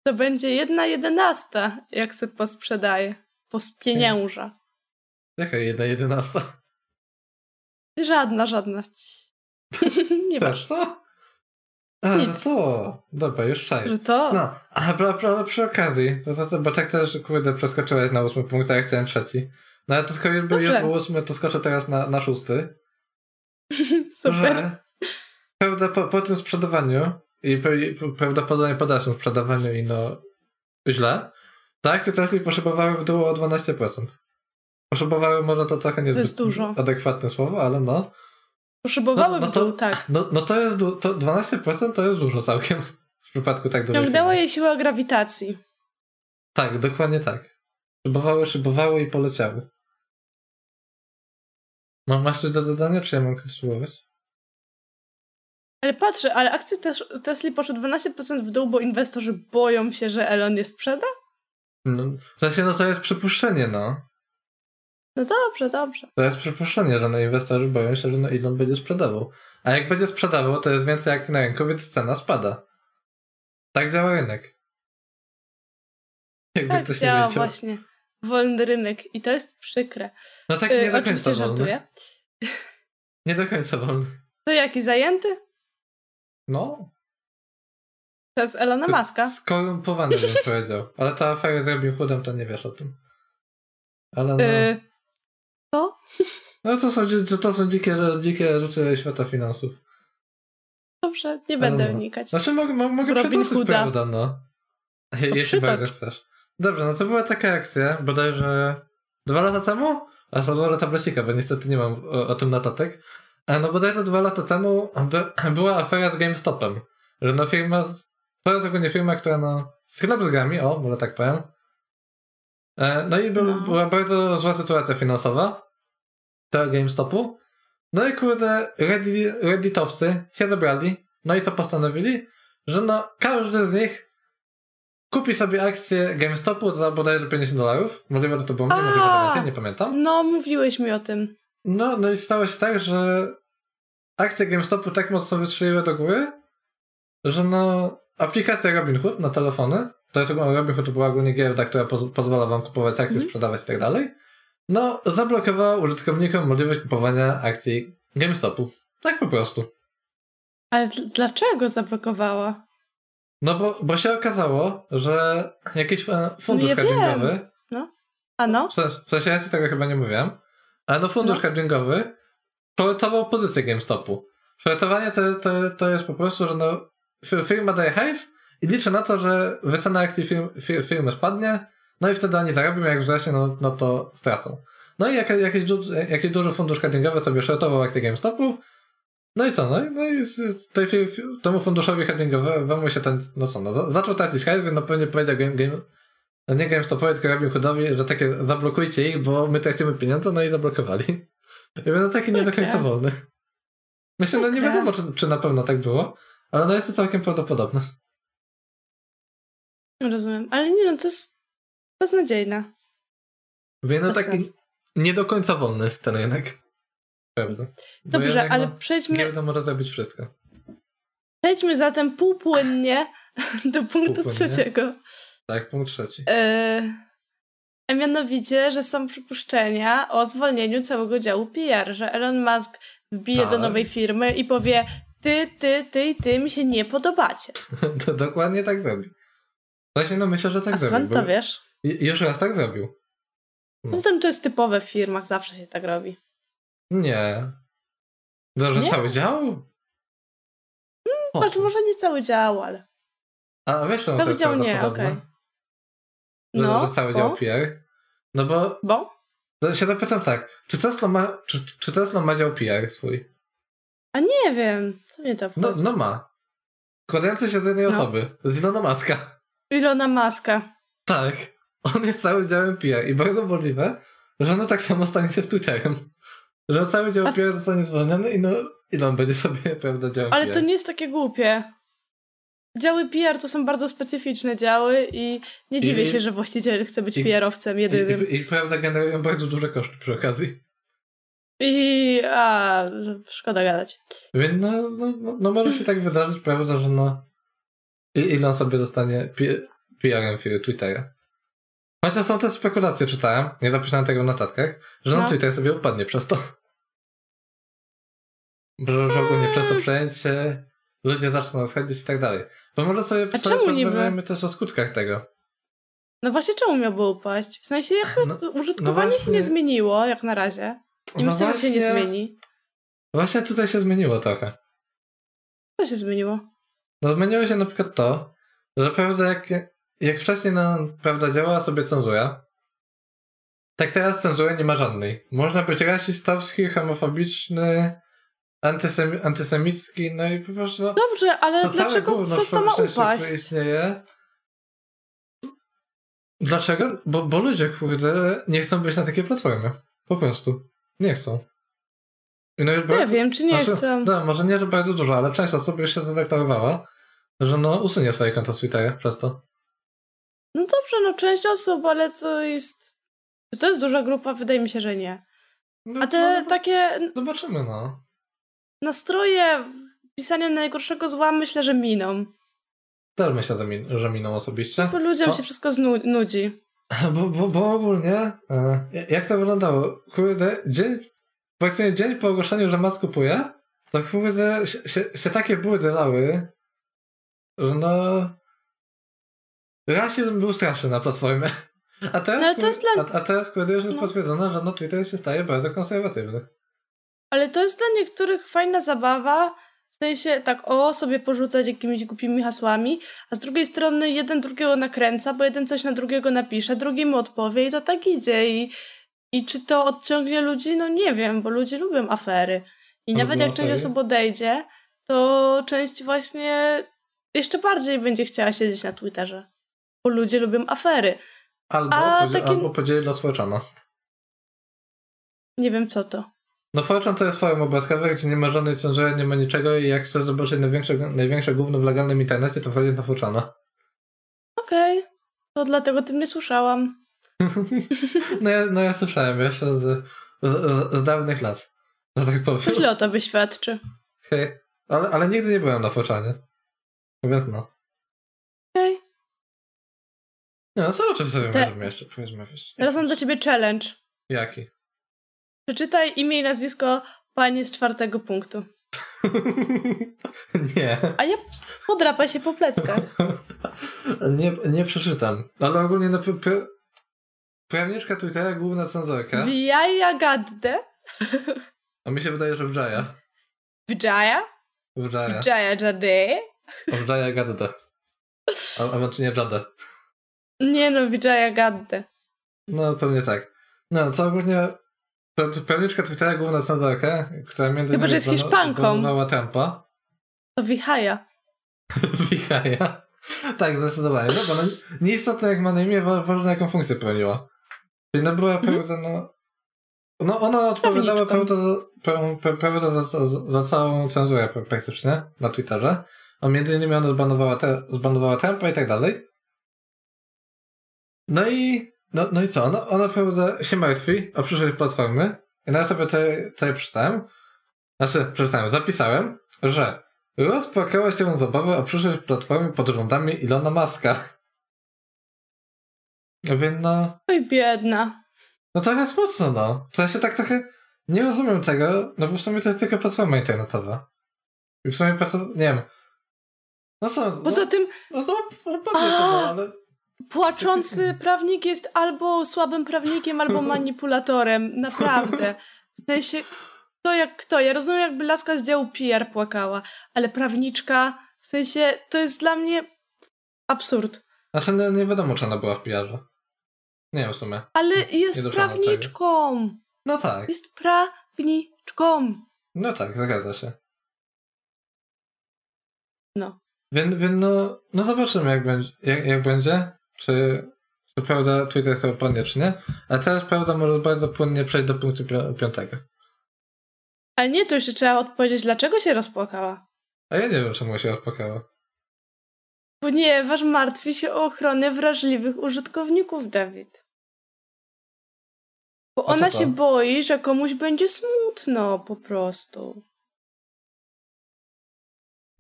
Speaker 1: To będzie jedna jedenasta, jak se posprzedaje, pospienięża.
Speaker 2: Jaka jedna jedenasta?
Speaker 1: Żadna, żadna. [laughs] Nie wiem,
Speaker 2: Też co? A, no
Speaker 1: Nic.
Speaker 2: to. Dobra, już czaję.
Speaker 1: że to...
Speaker 2: No, a bra, bra, przy okazji, bo, to, to, bo tak też, kurde, przeskoczyłeś na ósmy punkt, a ja chciałem trzeci. No ale to skoro już był
Speaker 1: Dobrze.
Speaker 2: już był ósmy, to skoczę teraz na, na szósty.
Speaker 1: Super.
Speaker 2: Że, prawda, po, po tym sprzedawaniu i pe- p- prawdopodobnie po dalszym sprzedawaniu i no źle, tak, te Tesli poszybowały w dół o 12%. Poszybowały, może to trochę niezbyt
Speaker 1: jest dużo.
Speaker 2: adekwatne słowo, ale no.
Speaker 1: Poszybowały
Speaker 2: No, no
Speaker 1: w dół,
Speaker 2: to-
Speaker 1: tak.
Speaker 2: No, no to jest, du- to 12% to jest dużo całkiem w przypadku tak dużej
Speaker 1: Ciągnęła
Speaker 2: firmy.
Speaker 1: jej siła grawitacji.
Speaker 2: Tak, dokładnie tak. Szybowały, szybowały i poleciały. Mam masz coś do dodania, czy ja mam konstruować?
Speaker 1: Ale patrzę, ale akcje też, Tesli poszły 12% w dół, bo inwestorzy boją się, że Elon je sprzeda?
Speaker 2: No, w sensie, no to jest przypuszczenie, no.
Speaker 1: No dobrze, dobrze.
Speaker 2: To jest przypuszczenie, że no inwestorzy boją się, że no Elon będzie sprzedawał. A jak będzie sprzedawał, to jest więcej akcji na rynku, więc cena spada. Tak działa rynek. Jakby
Speaker 1: Tak
Speaker 2: ktoś nie
Speaker 1: działa
Speaker 2: wiedział.
Speaker 1: właśnie. Wolny rynek i to jest przykre.
Speaker 2: No tak nie
Speaker 1: Yy,
Speaker 2: do końca
Speaker 1: oczywiście
Speaker 2: wolny.
Speaker 1: żartuję.
Speaker 2: Nie do końca wolny.
Speaker 1: To jaki zajęty?
Speaker 2: No,
Speaker 1: Przez Elona Maska.
Speaker 2: skorumpowany
Speaker 1: [laughs]
Speaker 2: bym powiedział. Ale ta afera zrobił chudem, to nie wiesz o tym. Ale no,
Speaker 1: Yy,
Speaker 2: no to, są, dzi- to są dzikie, dzikie rzeczy świata finansów.
Speaker 1: dobrze, nie będę
Speaker 2: no.
Speaker 1: wnikać.
Speaker 2: Znaczy mogę, mo- mogę
Speaker 1: Robin
Speaker 2: przytoczyć,
Speaker 1: Hooda.
Speaker 2: prawda, no. [laughs] Je,
Speaker 1: No
Speaker 2: jeśli
Speaker 1: przytocz.
Speaker 2: bardzo chcesz. Dobrze, no to była taka akcja, bodajże dwa lata temu? Aż odłożę tablecika, bo niestety nie mam o, o tym notatek. A no bodajże dwa lata temu by, była afera z GameStopem. Że no firma, z- to jest ogólnie firma, która no, sklep z grami, o, może tak powiem. E, no i był,
Speaker 1: No.
Speaker 2: była bardzo zła sytuacja finansowa tego GameStopu. No i kurde, Reddi- redditowcy się zebrali, no i co postanowili? Że no, każdy z nich kupi sobie akcję GameStopu za bodajże 50 dolarów. Możliwe, że to było mniej,
Speaker 1: A!
Speaker 2: możliwe, że więcej, nie pamiętam.
Speaker 1: No, mówiłeś mi o tym.
Speaker 2: No, no i stało się tak, że akcje GameStopu tak mocno wystrzeliły do góry, że no, aplikacja Robinhood na telefony, to jest ogólnie- Robinhood to była ogólnie giełda, która poz- pozwala wam kupować akcje,
Speaker 1: Mhm.
Speaker 2: sprzedawać i tak dalej, no, zablokowała użytkownikom możliwość kupowania akcji GameStopu. Tak po prostu.
Speaker 1: Ale dl- dlaczego zablokowała?
Speaker 2: No bo, bo się okazało, że jakiś e,
Speaker 1: No
Speaker 2: fundusz
Speaker 1: ja wiem.
Speaker 2: hedgingowy
Speaker 1: A no?
Speaker 2: W sens- W sensie ja ci tego chyba nie mówiłem. Ale no fundusz
Speaker 1: No.
Speaker 2: hedgingowy shortował pozycję GameStopu. Shortowanie to, to, to jest po prostu, że no, f- firma daje hajs i liczy na to, że wycena akcji firm, fir- firmy spadnie, no i wtedy oni zarobią, jak wzrośnie, no, no to stracą. No i jak, jakiś, du, jakiś duży fundusz hedgingowy sobie shortował akcję GameStopu, no i co, no, i- no i z- z tej, fir- fir- temu funduszowi hedgingowemu się ten, no co, no, za- zaczął tracić hajs, więc no pewnie powiedział game, game, no nie GameStopowi, tylko Robin Hoodowi, że takie zablokujcie ich, bo my tracimy pieniądze, no i zablokowali. I będą takie nie do końca
Speaker 1: Okej.
Speaker 2: wolne. Myślę, no nie
Speaker 1: Okej.
Speaker 2: wiadomo, czy, czy na pewno tak było, ale no jest to całkiem prawdopodobne.
Speaker 1: Rozumiem. Ale nie no, to jest beznadziejne.
Speaker 2: Mówię, no
Speaker 1: Bez
Speaker 2: taki
Speaker 1: sensu.
Speaker 2: nie do końca wolny ten rynek. Pewno. Bo
Speaker 1: Dobrze,
Speaker 2: jednak,
Speaker 1: ale
Speaker 2: no,
Speaker 1: przejdźmy,
Speaker 2: Giełda może zrobić wszystko.
Speaker 1: przejdźmy zatem półpłynnie
Speaker 2: [laughs]
Speaker 1: do punktu
Speaker 2: Półpłynnie?
Speaker 1: trzeciego.
Speaker 2: Tak, punkt trzeci. [laughs]
Speaker 1: Yy, a mianowicie, że są przypuszczenia o zwolnieniu całego działu PR, że Elon Musk wbije do
Speaker 2: Tak.
Speaker 1: nowej firmy i powie ty, ty, ty i ty mi się nie podobacie.
Speaker 2: To dokładnie tak zrobi. Właśnie no myślę, że tak
Speaker 1: a
Speaker 2: zrobił.
Speaker 1: skąd
Speaker 2: bo
Speaker 1: to wiesz?
Speaker 2: ju- Już raz tak zrobił. No.
Speaker 1: Zatem to jest typowe w firmach, zawsze się tak robi.
Speaker 2: Nie. Dobrze,
Speaker 1: Nie? Hmm,
Speaker 2: cały dział?
Speaker 1: Patrz,
Speaker 2: Po co?
Speaker 1: Znaczy, może nie cały dział, ale...
Speaker 2: A wiesz, co
Speaker 1: Cały dział nie, okej.
Speaker 2: No,
Speaker 1: No,
Speaker 2: że cały
Speaker 1: bo,
Speaker 2: dział PR. No bo
Speaker 1: bo?
Speaker 2: to się zapytam tak, czy Tesla ma, czy, czy Tesla ma dział PR swój?
Speaker 1: A nie wiem, co mnie to
Speaker 2: No,
Speaker 1: obchodzi.
Speaker 2: no ma. Składający się z jednej
Speaker 1: No.
Speaker 2: osoby, z Ilona Maska.
Speaker 1: Ilona Maska.
Speaker 2: Tak. On jest całym działem PR i bardzo możliwe, że ono tak samo stanie się z Twitterem. Że cały dział
Speaker 1: A-
Speaker 2: PR zostanie zwolniony i no, Elon będzie sobie, prawda, działem
Speaker 1: Ale
Speaker 2: PR.
Speaker 1: to nie jest takie głupie. Działy PR to są bardzo specyficzne działy i nie dziwię
Speaker 2: I-
Speaker 1: się, że właściciel chce być
Speaker 2: i-
Speaker 1: PR-owcem jedynym.
Speaker 2: I, i, I prawda, generują bardzo duże koszty przy okazji.
Speaker 1: I a, szkoda gadać.
Speaker 2: Więc no, no, no, no może się tak wydarzyć, prawda, że no I- Elon sobie zostanie pi- PR-em fi- Twittera. Chociaż są też spekulacje, czytałem, nie zapisałem tego w notatkach, że no,
Speaker 1: No.
Speaker 2: Twitter sobie upadnie przez to. Że że ogólnie przez
Speaker 1: Mm.
Speaker 2: to przejęcie ludzie zaczną schodzić i tak dalej. Bo może sobie,
Speaker 1: A
Speaker 2: sobie
Speaker 1: czemu niby?
Speaker 2: porozmawiajmy też o skutkach tego.
Speaker 1: No właśnie czemu miałby upaść? W sensie jakby
Speaker 2: No-
Speaker 1: użytkowanie
Speaker 2: no
Speaker 1: się nie
Speaker 2: właśnie. No
Speaker 1: zmieniło jak na razie. I myślę, że się nie zmieni.
Speaker 2: Właśnie tutaj się zmieniło trochę.
Speaker 1: Co się zmieniło?
Speaker 2: No zmieniło się na przykład to, że prawda jak, jak wcześniej na, prawda działała sobie cenzura, tak teraz cenzury nie ma żadnej. Można być rasistowski, homofobiczny, antysem, antysemicki, no i po prostu no,
Speaker 1: Dobrze, ale
Speaker 2: to całe
Speaker 1: dlaczego
Speaker 2: gówno
Speaker 1: przez
Speaker 2: w
Speaker 1: to ma
Speaker 2: publiczności,
Speaker 1: upaść?
Speaker 2: które istnieje. Dlaczego? Bo, bo ludzie, kurde, nie chcą być na takiej platformie. Po prostu. Nie chcą. I no już
Speaker 1: Nie
Speaker 2: bardzo-
Speaker 1: wiem, czy nie
Speaker 2: znaczy,
Speaker 1: chcę.
Speaker 2: No, może nie, że bardzo dużo, ale część osób już się zadeklarowała, że no usunie swoje konta z Twittera przez to.
Speaker 1: No dobrze, no część osób, ale to jest... Czy to jest duża grupa? Wydaje mi się, że nie.
Speaker 2: No,
Speaker 1: A te tak-
Speaker 2: no,
Speaker 1: takie
Speaker 2: Zobaczymy, no.
Speaker 1: nastroje pisania najgorszego zła myślę, że miną.
Speaker 2: Też myślę, że, min- że miną osobiście.
Speaker 1: Bo ludziom
Speaker 2: No.
Speaker 1: się wszystko znu- nudzi.
Speaker 2: [laughs] Bo, bo, bo ogólnie, e, jak to wyglądało? Kurde, dzień, praktycznie dzień po ogłoszeniu, że Musk kupuje, to kurde, się, się, się takie burdy lały, że no... Rasizm był straszny na platformie. [laughs] A teraz,
Speaker 1: No ale to jest
Speaker 2: kurde-
Speaker 1: dla-
Speaker 2: a, a teraz kurde już jest
Speaker 1: No.
Speaker 2: potwierdzone, że no Twitter się staje bardzo konserwatywny.
Speaker 1: Ale to jest dla niektórych fajna zabawa, w sensie tak o sobie porzucać jakimiś głupimi hasłami, a z drugiej strony jeden drugiego nakręca, bo jeden coś na drugiego napisze, drugi mu odpowie i to tak idzie. I, i czy to odciągnie ludzi? No nie wiem, bo ludzie lubią afery. I
Speaker 2: A
Speaker 1: nawet
Speaker 2: lubią
Speaker 1: jak część
Speaker 2: afery?
Speaker 1: osób odejdzie, to część właśnie jeszcze bardziej będzie chciała siedzieć na Twitterze. Bo ludzie lubią afery.
Speaker 2: Albo,
Speaker 1: A
Speaker 2: podzi-
Speaker 1: takie-
Speaker 2: albo podzieli los Forczana.
Speaker 1: Nie wiem co to.
Speaker 2: No Forczan to jest forum obrazkowe, gdzie nie ma żadnej cenzury, nie ma niczego i jak chcesz zobaczyć największe, największe gówno w legalnym internecie, to wchodzisz na Forczana.
Speaker 1: Okej, to dlatego o tym nie słyszałam.
Speaker 2: No ja, no ja słyszałem jeszcze z, z, z, z dawnych lat, że tak powiem.
Speaker 1: To źle o tobie świadczy.
Speaker 2: Hej, ale, ale nigdy nie byłem na Forczanie. Więc no.
Speaker 1: Okej.
Speaker 2: Nie, no co o czym sobie
Speaker 1: Te-
Speaker 2: możemy jeszcze powiedzmy jeszcze?
Speaker 1: Teraz mam dla ciebie challenge.
Speaker 2: Jaki? [laughs]
Speaker 1: Przeczytaj imię i nazwisko pani z czwartego punktu.
Speaker 2: nie.
Speaker 1: A ja podrapa się po pleckach.
Speaker 2: [laughs] nie. Nie przeczytam. Ale ogólnie no, pra- pra- prawniczka Twittera, główna cenzorka,
Speaker 1: Vijaya Gadde,
Speaker 2: a mi się wydaje, że Wdżaja.
Speaker 1: Vijaya,
Speaker 2: Wdżaja.
Speaker 1: Vijaya Jade.
Speaker 2: Wdżaja Gadda. A, a znaczy nie Jada.
Speaker 1: Nie no, Vijaya Gadde.
Speaker 2: No pewnie tak. No co ogólnie to, to prawniczka Twittera główna cenzorka, która między
Speaker 1: Chyba,
Speaker 2: innymi
Speaker 1: że jest
Speaker 2: zbano-
Speaker 1: Hiszpanką.
Speaker 2: zbanowała Trumpa.
Speaker 1: To Vihaya.
Speaker 2: Wichaja. Tak, zdecydowanie. No bo no, nieistotne jak ma na imię, wa- ważne jaką funkcję pełniła. Czyli no była
Speaker 1: Mhm.
Speaker 2: prawda, no No, ona odpowiadała
Speaker 1: Prawniczką.
Speaker 2: prawda, pra- pra- prawda za, za, za całą cenzurę pra- praktycznie na Twitterze. A między innymi ona zbanowała, te, zbanowała Trumpa i tak dalej. No i, no, no i co? Ona, ona prawda się martwi o przyszłość platformy. I ja sobie tutaj, tutaj przeczytałem. Znaczy, przeczytałem, zapisałem, że rozpłakała się z obawy o przyszłość platformy pod rządami Ilona Maska. Ja Mówię, no...
Speaker 1: Oj, biedna.
Speaker 2: No trochę smutno, no. W sensie tak trochę nie rozumiem tego, no bo w sumie to jest tylko platforma internetowa. I w sumie platforma, nie wiem. No co, no,
Speaker 1: Poza tym
Speaker 2: no, no, no, no, no, ale...
Speaker 1: płaczący prawnik jest albo słabym prawnikiem, albo manipulatorem. Naprawdę. W sensie, to jak kto. Ja rozumiem, jakby laska z działu PR płakała, ale prawniczka, w sensie, to jest dla mnie absurd.
Speaker 2: Znaczy no, nie wiadomo, czy ona była w PR-ze. Nie wiem w sumie.
Speaker 1: Ale jest
Speaker 2: doszłam do
Speaker 1: prawniczką.
Speaker 2: No tak,
Speaker 1: Jest prawniczką.
Speaker 2: no tak, zgadza się.
Speaker 1: No.
Speaker 2: Więc, więc no, no zobaczymy jak będzie, jak, jak będzie, czy, czy prawda Twitter sobie opadnie, czy nie. A teraz prawda może bardzo płynnie przejść do punktu pi- piątego.
Speaker 1: Ale nie, to jeszcze trzeba odpowiedzieć, dlaczego się rozpłakała.
Speaker 2: A ja nie wiem, czemu się odpakało.
Speaker 1: Ponieważ martwi się o ochronę wrażliwych użytkowników, Dawid. Bo
Speaker 2: A co
Speaker 1: ona
Speaker 2: to?
Speaker 1: się boi, że komuś będzie smutno po prostu.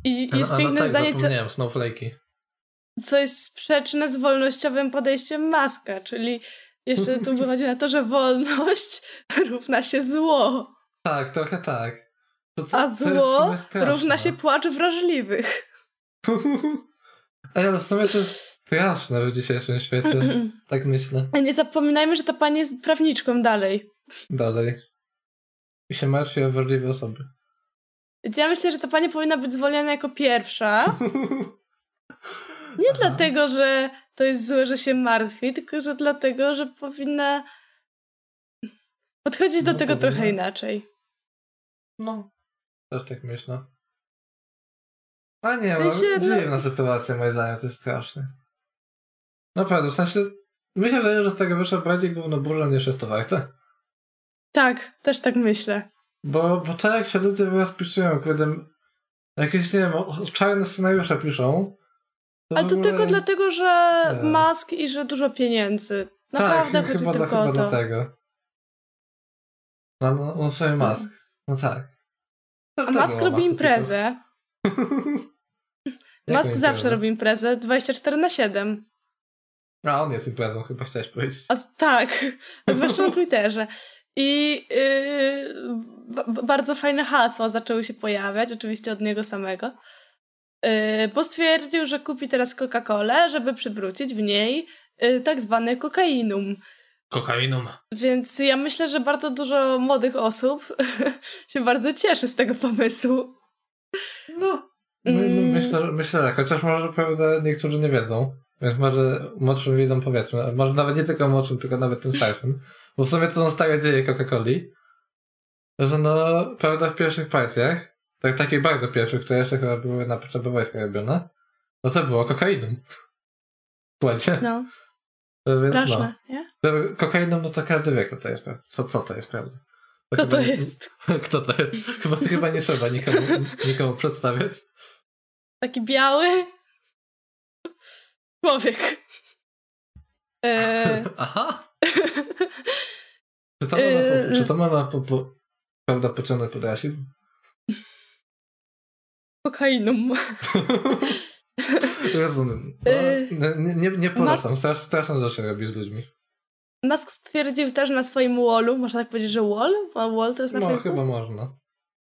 Speaker 1: I jest
Speaker 2: A,
Speaker 1: piękne
Speaker 2: no tak,
Speaker 1: zdanie, co,
Speaker 2: zapomniałem, snowflake'i.
Speaker 1: co jest sprzeczne z wolnościowym podejściem maska, czyli jeszcze tu wychodzi na to, że wolność [laughs] równa się zło,
Speaker 2: Tak, trochę tak. To, co-
Speaker 1: a
Speaker 2: to jest w
Speaker 1: zło
Speaker 2: sumie straszne.
Speaker 1: równa się płacz wrażliwych. [laughs]
Speaker 2: Ej, ale w sumie to jest straszne w dzisiejszym świecie.
Speaker 1: [laughs]
Speaker 2: Tak myślę.
Speaker 1: Nie zapominajmy, że ta pani jest prawniczką dalej.
Speaker 2: Dalej. I się martwi o wrażliwe osoby. [laughs]
Speaker 1: Więc ja myślę, że ta pani powinna być zwolniona jako
Speaker 2: [laughs]
Speaker 1: pierwsza. Nie
Speaker 2: Aha.
Speaker 1: dlatego, że to jest złe, że się martwi, tylko że dlatego, że powinna podchodzić do
Speaker 2: No,
Speaker 1: tego
Speaker 2: powinna.
Speaker 1: trochę inaczej.
Speaker 2: No, też tak myślę. A nie,
Speaker 1: W
Speaker 2: no,
Speaker 1: sensie, no-
Speaker 2: dziwna sytuacja moim zdaniem, to jest straszne. Naprawdę, w sensie, mi się wydaje, że z tego wyszło bardziej główno burza niż jest to warte.
Speaker 1: Tak, też tak myślę.
Speaker 2: Bo, bo to jak się ludzie wyraz pisują, kiedy jakieś, nie wiem, o- czarne scenariusze piszą.
Speaker 1: Ale
Speaker 2: w
Speaker 1: to
Speaker 2: ogóle-
Speaker 1: tylko dlatego, że
Speaker 2: Tak.
Speaker 1: mask i że dużo pieniędzy. Naprawdę
Speaker 2: tak,
Speaker 1: chodzi
Speaker 2: chyba,
Speaker 1: tylko
Speaker 2: chyba
Speaker 1: o to.
Speaker 2: dlatego. No, no, on sobie mask. No tak. To-
Speaker 1: A
Speaker 2: to
Speaker 1: mask
Speaker 2: było
Speaker 1: robi
Speaker 2: Masku [laughs]
Speaker 1: imprezę.
Speaker 2: pisał.
Speaker 1: Mask
Speaker 2: Jaką
Speaker 1: zawsze
Speaker 2: imprezę?
Speaker 1: robi imprezę 24 na 7.
Speaker 2: A on jest imprezą, chyba chciałeś powiedzieć.
Speaker 1: A, z- tak, [laughs] a zwłaszcza na Twitterze. I yy, ba- ba- bardzo fajne hasła zaczęły się pojawiać, oczywiście od niego samego, yy, bo stwierdził, że kupi teraz Coca-Colę, żeby przywrócić w niej yy, tak zwane kokainum.
Speaker 2: Kokainum.
Speaker 1: Więc ja myślę, że bardzo dużo młodych osób [laughs] się bardzo cieszy z tego pomysłu.
Speaker 2: No. My, my,
Speaker 1: Mm.
Speaker 2: myślę, że- myślę tak, chociaż może prawda niektórzy nie wiedzą, więc może młodszym wiedzą powiedzmy, a może nawet nie tylko młodszym, tylko nawet tym starszym, bo w sumie to są stare dzieje Coca-Coli, że no, prawda w pierwszych partiach, tak, takich bardzo pierwszych, które jeszcze chyba były na potrzeby wojska robione, no to było [laughs] kokainą. Płacie. No,
Speaker 1: No,
Speaker 2: więc no.
Speaker 1: straszne, nie?
Speaker 2: To Kokainą, no to każdy wie, kto to jest, prawda? co, co to jest, prawda?
Speaker 1: To
Speaker 2: chyba
Speaker 1: to
Speaker 2: nie-
Speaker 1: jest
Speaker 2: [laughs] Kto to jest? Chyba, chyba nie trzeba nikomu, nikomu przedstawiać.
Speaker 1: taki biały [laughs] człowiek. Yy,
Speaker 2: [laughs] Aha! Czy to ma na, po,
Speaker 1: Yy.
Speaker 2: czy to ma na po, po, prawda pociągnąć pod rasizm?
Speaker 1: kokainum.
Speaker 2: Rozumiem. No,
Speaker 1: Yy.
Speaker 2: nie, nie, nie polecam. Strasz, straszne rzeczy robi z ludźmi.
Speaker 1: Musk stwierdził też na swoim wallu, można tak powiedzieć, że wall? A wall to jest na
Speaker 2: No,
Speaker 1: Facebooku?
Speaker 2: chyba można.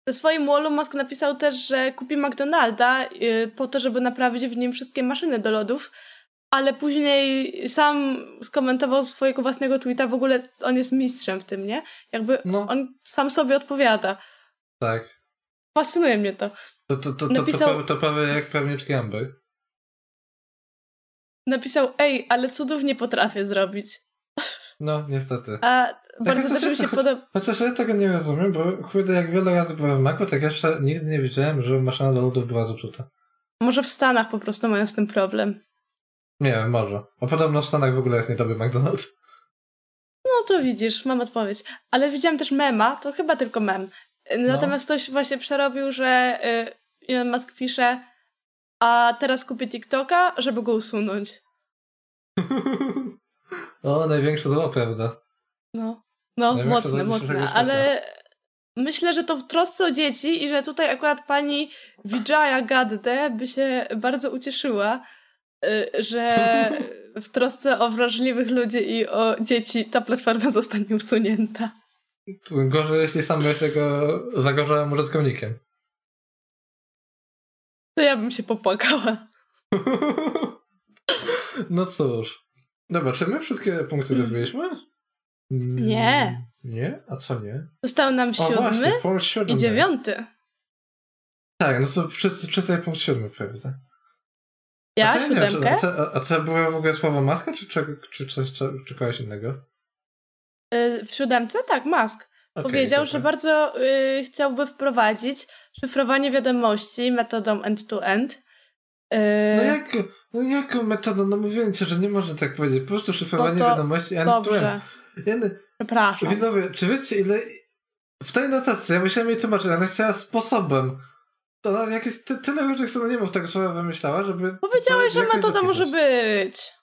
Speaker 1: Na swoim wallu Musk napisał też, że kupi McDonalda y, po to, żeby naprawić w nim wszystkie maszyny do lodów, ale później sam skomentował swojego własnego tweeta, w ogóle on jest mistrzem w tym, nie? Jakby
Speaker 2: No,
Speaker 1: on sam sobie odpowiada.
Speaker 2: tak.
Speaker 1: Fascynuje mnie to.
Speaker 2: To, to, to, to,
Speaker 1: Napisał-
Speaker 2: to, prawie, to prawie jak prawniczki Amber.
Speaker 1: Napisał, ej, ale cudów nie potrafię zrobić.
Speaker 2: No, niestety.
Speaker 1: A bardzo
Speaker 2: to
Speaker 1: też mi się
Speaker 2: super.
Speaker 1: podoba...
Speaker 2: Chociaż ja tego nie rozumiem, bo kurde, jak wiele razy byłem w Macu, tak jeszcze nigdy nie widziałem, żeby maszyna do lodów była zepsuta.
Speaker 1: Może w Stanach po prostu mają z tym problem.
Speaker 2: Nie wiem, może. A podobno w Stanach w ogóle jest niedobry McDonald's.
Speaker 1: No to widzisz, mam odpowiedź. Ale widziałam też mema, to chyba tylko mem. Natomiast ktoś właśnie przerobił, że y, Elon Musk pisze, a teraz kupię TikToka, żeby go usunąć.
Speaker 2: O, największe zło, prawda?
Speaker 1: No, no
Speaker 2: No i jak to
Speaker 1: mocne,
Speaker 2: dojdzie
Speaker 1: mocne,
Speaker 2: szerszego
Speaker 1: ale myślę, że to w trosce o dzieci i że tutaj akurat pani Vijaya Gadde by się bardzo ucieszyła, y,
Speaker 2: [laughs]
Speaker 1: że w trosce o wrażliwych ludzi i o dzieci ta platforma zostanie usunięta.
Speaker 2: To Gorzej, jeśli sam byłeś tego zagorzałym użytkownikiem.
Speaker 1: To ja bym się popłakała.
Speaker 2: No cóż. Dobra, czy my wszystkie punkty zrobiliśmy? Mm,
Speaker 1: Nie.
Speaker 2: Nie? A co nie?
Speaker 1: Został nam
Speaker 2: O,
Speaker 1: siódmy
Speaker 2: właśnie, punkt siódmy.
Speaker 1: i dziewiąty.
Speaker 2: Tak, no to czy- czytaj punkt siódmy, prawda?
Speaker 1: Ja
Speaker 2: a co, Znaczy, nie wiem, czy-
Speaker 1: siódemkę.
Speaker 2: a, co, a, a co było w ogóle słowo maska, czy, czy, czy coś co, czy kogoś innego?
Speaker 1: Y, W siódemce? Tak, Musk.
Speaker 2: Okej,
Speaker 1: Powiedział,
Speaker 2: dobra.
Speaker 1: że bardzo y, chciałby wprowadzić szyfrowanie wiadomości metodą end-to-end. Y,
Speaker 2: No jak, no jaką metodą? No mówiłem ci, że nie można tak powiedzieć. Po prostu szyfrowanie
Speaker 1: No to
Speaker 2: wiadomości
Speaker 1: Dobrze,
Speaker 2: end-to-end. Jeny,
Speaker 1: przepraszam.
Speaker 2: No Widzowie, czy wiecie ile... W tej notatce, ja myślałem jej tłumaczyć, ona chciała sposobem. To ona jakieś ty, tyle różnych synonimów tego słowa wymyślała, żeby...
Speaker 1: Powiedziałeś,
Speaker 2: żeby
Speaker 1: że
Speaker 2: jakoś
Speaker 1: metoda
Speaker 2: dopisać.
Speaker 1: może być.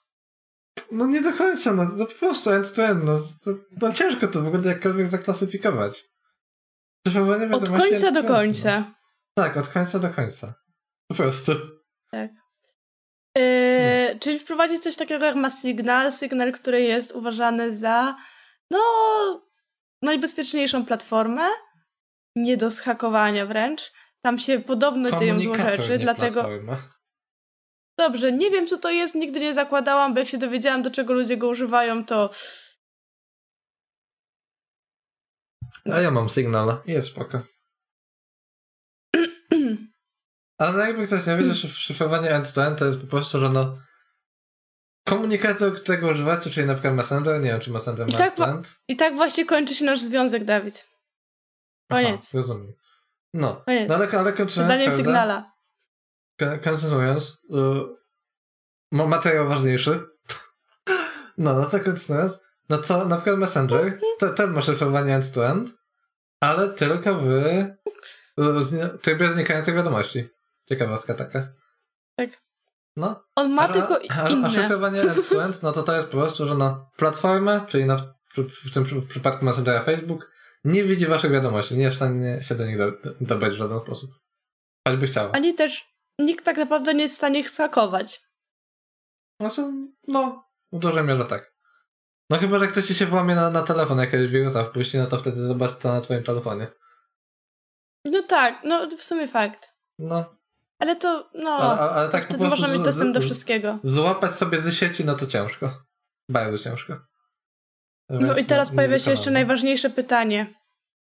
Speaker 2: No nie do końca, no, no po prostu end-to-end, no, to, no ciężko to w ogóle jakkolwiek zaklasyfikować. Szyfrowanie
Speaker 1: Od
Speaker 2: wiadomości
Speaker 1: końca do
Speaker 2: end-to-end, no.
Speaker 1: końca.
Speaker 2: Tak, od końca do końca. Po prostu.
Speaker 1: Y, czyli wprowadzić coś takiego jak ma Signal, Signal, który jest uważany za no, najbezpieczniejszą platformę, nie do zhakowania wręcz. Tam się podobno dzieją złe
Speaker 2: Komunikator,
Speaker 1: rzeczy,
Speaker 2: nie no.
Speaker 1: dlatego...
Speaker 2: platforma.
Speaker 1: Dobrze, nie wiem co to jest, nigdy nie zakładałam, bo jak się dowiedziałam, do czego ludzie go używają, to
Speaker 2: A ja mam sygnał. Jest spoko. Ale no jakby ktoś nie wiedział, że szyfrowanie end-to-end to jest po prostu, że no komunikator, którego używacie, czyli na przykład Messenger, nie wiem czy Messenger
Speaker 1: I
Speaker 2: ma
Speaker 1: tak
Speaker 2: end-to-end.
Speaker 1: i tak właśnie kończy się nasz związek, Dawid. Koniec.
Speaker 2: Aha, rozumiem. No,
Speaker 1: Koniec.
Speaker 2: no ale, ale kończymy.
Speaker 1: Zadaniem
Speaker 2: prawda?
Speaker 1: sygnala.
Speaker 2: Ko- Kontynuując, y, ma- materiał ważniejszy. No, no to kontynuując, no to na przykład Messenger, te, ten ma szyfrowanie end-to-end, ale tylko w y, zni- trybie znikających wiadomości. Ciekawostka taka.
Speaker 1: Tak.
Speaker 2: No.
Speaker 1: On ma
Speaker 2: a-
Speaker 1: tylko
Speaker 2: a, a
Speaker 1: inne.
Speaker 2: szyfrowanie end-to-end, no to to jest po prostu, że na platformę, czyli na, w, w tym przy- przypadku Messengera Facebook, nie widzi waszych wiadomości, nie jest w stanie się do nich do, do, dobrać w żaden sposób. Choćby chciała.
Speaker 1: Ani też nikt tak naprawdę nie jest w stanie ich skakować.
Speaker 2: Znaczy, no, w dużej mierze tak. No chyba, że ktoś ci się włamie na, na telefon, jakiegoś wirusa wpuści, no to wtedy zobacz to na twoim telefonie.
Speaker 1: No tak, no w sumie fakt.
Speaker 2: No,
Speaker 1: Ale to, no,
Speaker 2: ale, ale, ale tak po
Speaker 1: wtedy
Speaker 2: prostu
Speaker 1: można mieć
Speaker 2: z-
Speaker 1: dostęp do
Speaker 2: z-
Speaker 1: wszystkiego.
Speaker 2: Złapać sobie ze sieci, no to ciężko. Bardzo ciężko.
Speaker 1: No i
Speaker 2: Więc,
Speaker 1: teraz pojawia się
Speaker 2: niewykonalne.
Speaker 1: jeszcze najważniejsze pytanie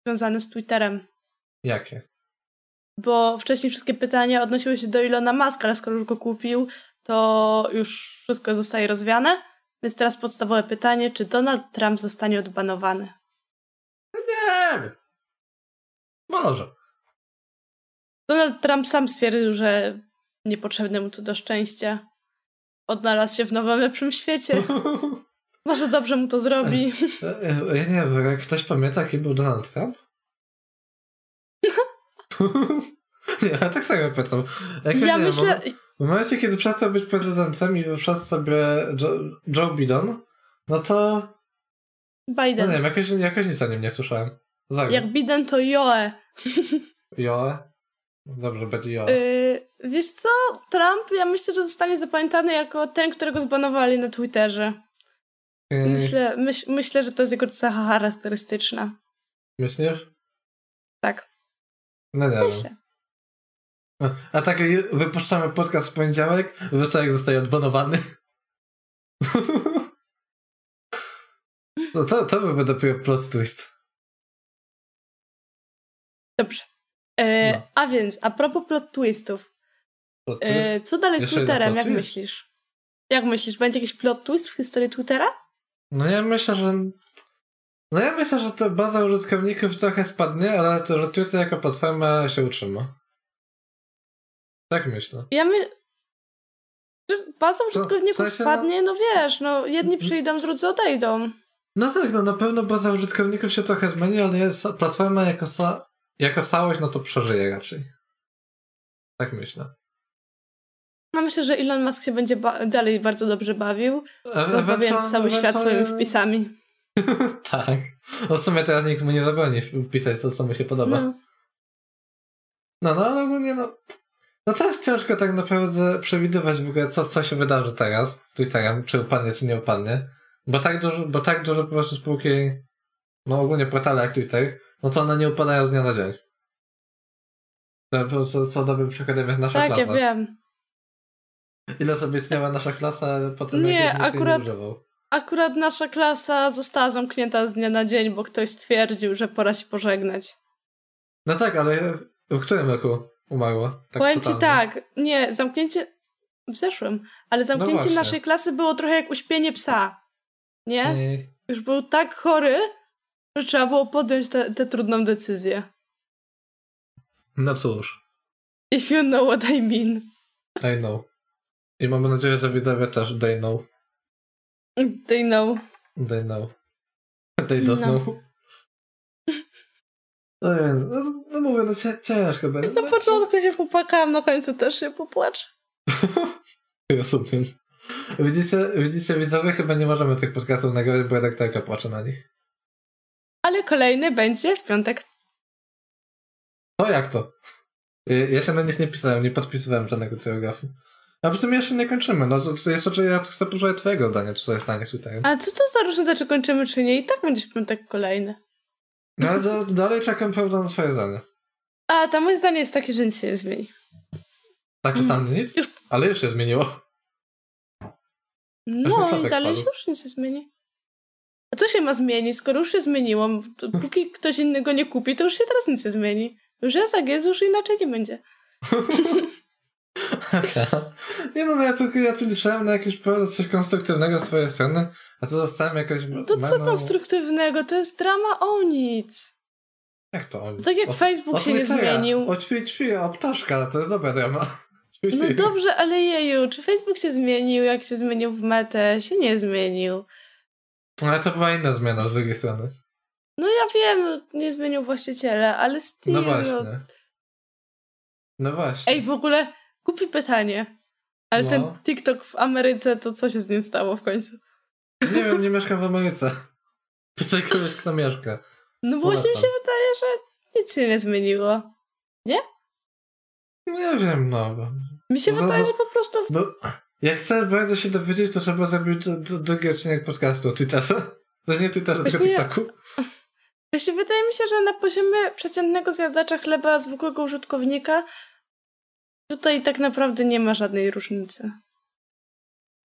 Speaker 1: związane z Twitterem.
Speaker 2: Jakie?
Speaker 1: bo wcześniej wszystkie pytania odnosiły się do Ilona Muska, ale skoro już go kupił, to już wszystko zostaje rozwiane. Więc teraz podstawowe pytanie, czy Donald Trump zostanie odbanowany?
Speaker 2: Nie wiem. Może. [laughs]
Speaker 1: Donald Trump sam stwierdził, że niepotrzebne mu tu do szczęścia. Odnalazł się w nowym, lepszym
Speaker 2: [laughs]
Speaker 1: świecie. Może dobrze mu to zrobi.
Speaker 2: Tak, ja nie wiem, jak ktoś pamięta, jaki był
Speaker 1: [laughs]
Speaker 2: Donald Trump? [laughs] nie, ja tak sobie pytam. Jak
Speaker 1: Ja
Speaker 2: nie, bo-
Speaker 1: myślę,
Speaker 2: W momencie, kiedy przestał być prezydentem i wszedł sobie Joe, Joe Biden, no to. No nie
Speaker 1: Biden.
Speaker 2: wiem, no. jakoś, jakoś nic o nim nie słyszałem. Zagrał.
Speaker 1: Jak Biden, to Joe.
Speaker 2: Joe. Dobrze, będzie Joe.
Speaker 1: Yy, wiesz co? Trump, ja myślę, że zostanie zapamiętany jako ten, którego zbanowali na Twitterze.
Speaker 2: Yy,
Speaker 1: Myślę, myśl, myślę, że to jest jego cecha charakterystyczna.
Speaker 2: Myślisz?
Speaker 1: Tak,
Speaker 2: No nie wiem.
Speaker 1: myślę.
Speaker 2: A tak jak wypuszczamy podcast w poniedziałek, w wtorek zostaje odbanowany. [laughs] No to, to byłby dopiero plot twist.
Speaker 1: Dobrze. E,
Speaker 2: No.
Speaker 1: A więc, a propos plot twistów.
Speaker 2: Plot twist?
Speaker 1: E, co dalej z
Speaker 2: Jeszcze jeden
Speaker 1: Twitterem,
Speaker 2: plot
Speaker 1: jak
Speaker 2: twist?
Speaker 1: myślisz? Jak myślisz, będzie jakiś plot twist w historii Twittera?
Speaker 2: No ja myślę, że... No ja myślę, że ta baza użytkowników trochę spadnie, ale to, że Twitter jako platforma się utrzyma. Tak myślę.
Speaker 1: Ja my... Czy baza
Speaker 2: Co-
Speaker 1: użytkowników
Speaker 2: w sensie, no- Mm.
Speaker 1: spadnie? No wiesz, no jedni przyjdą, drudzy odejdą.
Speaker 2: No tak, no na pewno baza użytkowników się trochę zmieni, ale jest, platforma jako, sa, jako całość, no to przeżyje raczej. Tak myślę.
Speaker 1: No myślę, że Elon Musk się będzie ba- dalej bardzo dobrze bawił.
Speaker 2: E-
Speaker 1: Powiem cały świat swoimi wpisami.
Speaker 2: Tak. No w sumie teraz nikt mu nie zabroni wpisać to, co mu się podoba.
Speaker 1: No.
Speaker 2: No, no, ale ogólnie no... No też ciężko tak naprawdę przewidywać w ogóle, co, co się wydarzy teraz z Twitterem, czy upadnie, czy nie upadnie. Bo tak dużo, bo tak dużo po prostu spółki, no ogólnie portale jak Twitter, no to one nie upadają z dnia na dzień. To, co, co dobrym przykładem jest nasza
Speaker 1: Tak, ja
Speaker 2: klasa.
Speaker 1: wiem.
Speaker 2: Ile sobie istniała nasza klasa, ale potem
Speaker 1: Nie,
Speaker 2: jakoś nikt jej
Speaker 1: akurat-
Speaker 2: nie używał.
Speaker 1: Akurat nasza klasa została zamknięta z dnia na dzień, bo ktoś stwierdził, że pora się
Speaker 2: Tak,
Speaker 1: pożegnać.
Speaker 2: No tak, ale w którym roku umarła? Tak
Speaker 1: Powiem ci
Speaker 2: totalnie. No
Speaker 1: tak, nie, zamknięcie. W zeszłym, ale zamknięcie
Speaker 2: właśnie.
Speaker 1: naszej klasy było trochę jak uśpienie psa. Nie?
Speaker 2: I-
Speaker 1: Już był tak chory, że trzeba było podjąć tę tę trudną decyzję.
Speaker 2: No cóż,
Speaker 1: If you know what I mean.
Speaker 2: I know. I mam nadzieję, że widzowie też they know.
Speaker 1: They know.
Speaker 2: They know. They don't
Speaker 1: No.
Speaker 2: know. No, nie, no, no mówię, no cię- ciężko będzie.
Speaker 1: Na początku się popłakałam, na końcu też się popłacz.
Speaker 2: Rozumiem. Widzicie, widzicie, widzowie, chyba nie możemy tych podcastów nagrywać, bo redaktorka płacze na nich.
Speaker 1: Ale kolejny będzie w piątek.
Speaker 2: No jak to? Y, Ja się na nic nie pisałem, nie podpisywałem żadnego coreografu. A przy tym jeszcze nie kończymy. No to, to jest oczywiście, ja chcę pożyć twojego zdania, czy to jest stanie z Twitterem.
Speaker 1: A co to za różnica, czy kończymy, czy nie? I tak będzie w piątek kolejny.
Speaker 2: No ale do, dalej czekam prawda na twoje zdanie.
Speaker 1: A, tam moje zdanie jest takie, że nic się nie zmieni.
Speaker 2: Tak totalnie nic?
Speaker 1: Hmm. Już-
Speaker 2: Ale już się zmieniło.
Speaker 1: No,
Speaker 2: Co tak
Speaker 1: i dalej
Speaker 2: padło?
Speaker 1: się już nic nie zmieni. A co się ma zmienić, skoro już się zmieniło?
Speaker 2: [laughs]
Speaker 1: To Póki ktoś innego nie kupi, to już się teraz nic nie zmieni. Już jest, jak jest, już inaczej nie będzie.
Speaker 2: nie no, no ja tylko ja tu liczyłem na jakieś prawda, coś konstruktywnego z twojej strony, a to zostałem jakoś...
Speaker 1: To co
Speaker 2: no.
Speaker 1: konstruktywnego? To jest drama o nic.
Speaker 2: Jak to oni?
Speaker 1: To tak jak
Speaker 2: O-
Speaker 1: Facebook
Speaker 2: o
Speaker 1: się nie
Speaker 2: Twittera,
Speaker 1: zmienił.
Speaker 2: O ćwi, ćwi, o ptaszka, to jest dobra drama. [laughs] Ćwi,
Speaker 1: No
Speaker 2: ćwi.
Speaker 1: dobrze, ale jeju, czy Facebook się zmienił, jak się zmienił w metę? Się nie zmienił.
Speaker 2: Ale to była inna zmiana z drugiej strony.
Speaker 1: No ja wiem, nie zmienił właściciela, ale styl.
Speaker 2: No właśnie. No właśnie.
Speaker 1: Ej, w ogóle kupi pytanie. Ale
Speaker 2: No.
Speaker 1: ten TikTok w Ameryce, to co się z nim stało w końcu?
Speaker 2: Nie wiem, nie mieszkam w Ameryce. [laughs] Pytaj kogoś, kto mieszka.
Speaker 1: No właśnie mi się
Speaker 2: Polecam.
Speaker 1: wydaje, że nic się nie zmieniło.
Speaker 2: Nie wiem, no. bo-
Speaker 1: Mi się
Speaker 2: No za-
Speaker 1: wydaje, że po prostu...
Speaker 2: Bo jak chcę bardzo się dowiedzieć, to trzeba zrobić d- d- drugi odcinek podcastu o Twitterze. [laughs] To nie Twitterze, tylko
Speaker 1: Właśnie-
Speaker 2: TikToku.
Speaker 1: Właśnie wydaje mi się, że na poziomie przeciętnego zjadacza chleba, zwykłego użytkownika, tutaj tak naprawdę nie ma żadnej różnicy.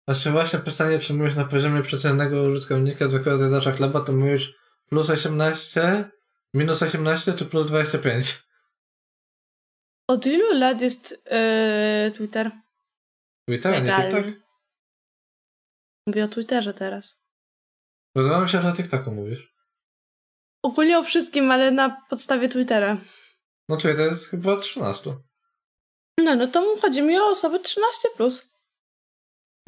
Speaker 2: Znaczy właśnie pytanie, czy mówisz na poziomie przeciętnego użytkownika zwykłego zjadacza chleba, to mówisz plus 18, minus 18 czy plus 25?
Speaker 1: Od ilu lat jest yy, Twitter?
Speaker 2: Twittera, tak, nie
Speaker 1: Legalny.
Speaker 2: TikTok?
Speaker 1: Mówię o Twitterze teraz.
Speaker 2: Rozumiem się, że o TikToku mówisz.
Speaker 1: Ogólnie o wszystkim, ale na podstawie Twittera.
Speaker 2: No Twitter jest chyba od 13.
Speaker 1: No, no to chodzi mi o osoby 13+. Plus.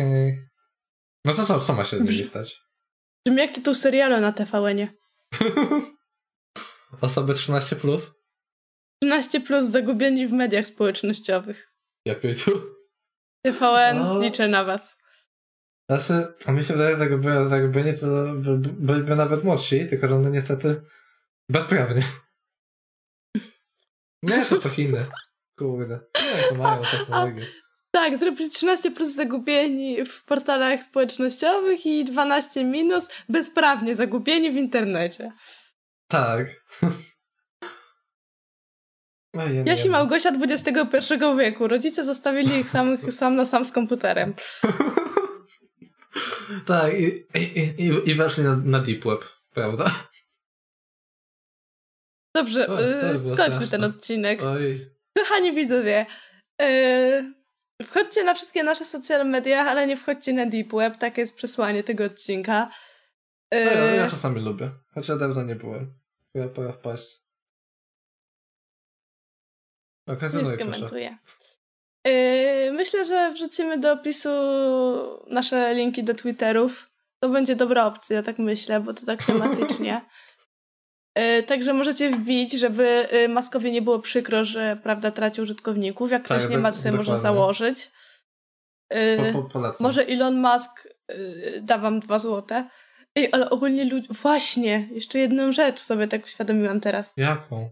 Speaker 2: Ej. No to co, co ma się z nimi
Speaker 1: Dobrze.
Speaker 2: stać?
Speaker 1: Brzmi jak tytuł serialu na TVN-ie.
Speaker 2: Osoby 13 plus?
Speaker 1: 13+, plus zagubieni w mediach społecznościowych.
Speaker 2: Ja pięciu.
Speaker 1: TVN,
Speaker 2: No.
Speaker 1: liczę na was.
Speaker 2: Znaczy, a mi się wydaje, że jakby, że jakby nie, to by- by- byliby nawet młodsi, tylko że no niestety bezprawnie. Nie, to to Chiny. Kurde. Nie, to mają technologię.
Speaker 1: Tak, zrobić 13 plus zagubieni w portalach społecznościowych i 12 minus bezprawnie zagubieni w internecie.
Speaker 2: Tak. [laughs] Ej, nie
Speaker 1: Jaś i
Speaker 2: wiem.
Speaker 1: Małgosia XXI wieku. Rodzice zostawili ich
Speaker 2: [laughs]
Speaker 1: samych, sam na sam z komputerem.
Speaker 2: Tak, i, i, i- i, i weszli na, na Deep Web, prawda?
Speaker 1: Dobrze,
Speaker 2: O, to
Speaker 1: y,
Speaker 2: było
Speaker 1: skończmy ten
Speaker 2: straszne.
Speaker 1: odcinek.
Speaker 2: Oj.
Speaker 1: Kochani widzowie, yy, wchodźcie na wszystkie nasze social media, ale nie wchodźcie na Deep Web. Takie jest przesłanie tego odcinka. Yy,
Speaker 2: No, ja, ja czasami lubię. Choć ja dawno nie byłem. Chyba pora wpaść. No,
Speaker 1: nie
Speaker 2: kontynuuj proszę.
Speaker 1: skomentuję. Y, Yy, myślę, że wrzucimy do opisu nasze linki do Twitterów To będzie dobra opcja, tak myślę, bo to tak tematycznie. Y, Także możecie wbić, żeby y, maskowi nie było przykro, że prawda traci użytkowników. Jak
Speaker 2: Tak,
Speaker 1: ktoś nie
Speaker 2: do-
Speaker 1: ma, to sobie można
Speaker 2: dokładnie.
Speaker 1: założyć. Y,
Speaker 2: Po, po, polecam.
Speaker 1: Może Elon Musk y, da wam dwa złote. Ej, ale ogólnie ludzie... Właśnie, jeszcze jedną rzecz sobie tak uświadomiłam teraz.
Speaker 2: Jaką?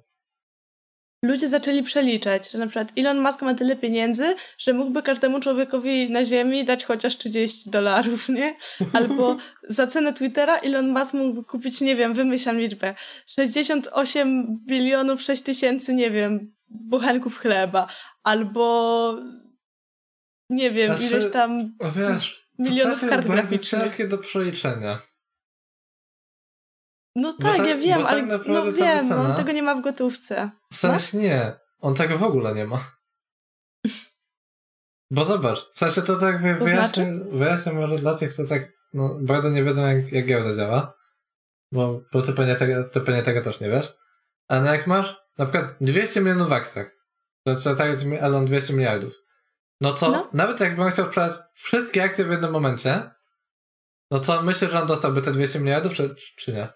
Speaker 1: Ludzie zaczęli przeliczać, że na przykład Elon Musk ma tyle pieniędzy, że mógłby każdemu człowiekowi na ziemi dać chociaż 30 dolarów,
Speaker 2: [laughs]
Speaker 1: nie? Albo za cenę Twittera Elon Musk mógłby kupić, nie wiem, wymyślam liczbę, 68 bilionów 6 tysięcy, nie wiem, buchenków chleba. Albo nie wiem,
Speaker 2: Znaczy,
Speaker 1: ileś tam
Speaker 2: O wiesz,
Speaker 1: milionów
Speaker 2: to tak
Speaker 1: kart
Speaker 2: jest bardzo
Speaker 1: graficznych.
Speaker 2: ciężkie do przeliczenia.
Speaker 1: No
Speaker 2: Bo
Speaker 1: tak,
Speaker 2: tak-
Speaker 1: ja wiem,
Speaker 2: bo tak
Speaker 1: ale
Speaker 2: naprawdę
Speaker 1: no
Speaker 2: ta
Speaker 1: wiem, no,
Speaker 2: wycena-
Speaker 1: on tego nie ma w gotówce.
Speaker 2: W sensie nie. On tego w ogóle nie ma. Bo zobacz, w sensie to tak wy-
Speaker 1: To znaczy?
Speaker 2: wyjaśnię, wyjaśnię może dla tych, co tak no, bardzo nie wiedzą, jak, jak giełda działa. Bo, bo ty, pewnie tego, ty pewnie tego też nie wiesz. A no jak masz na przykład 200 milionów w akcjach, to znaczy tak jak mi Elon 200 miliardów, no to
Speaker 1: No.
Speaker 2: nawet jakbym chciał sprzedać wszystkie akcje w jednym momencie, no to myślisz, że on dostałby te 200 miliardów, czy, czy nie?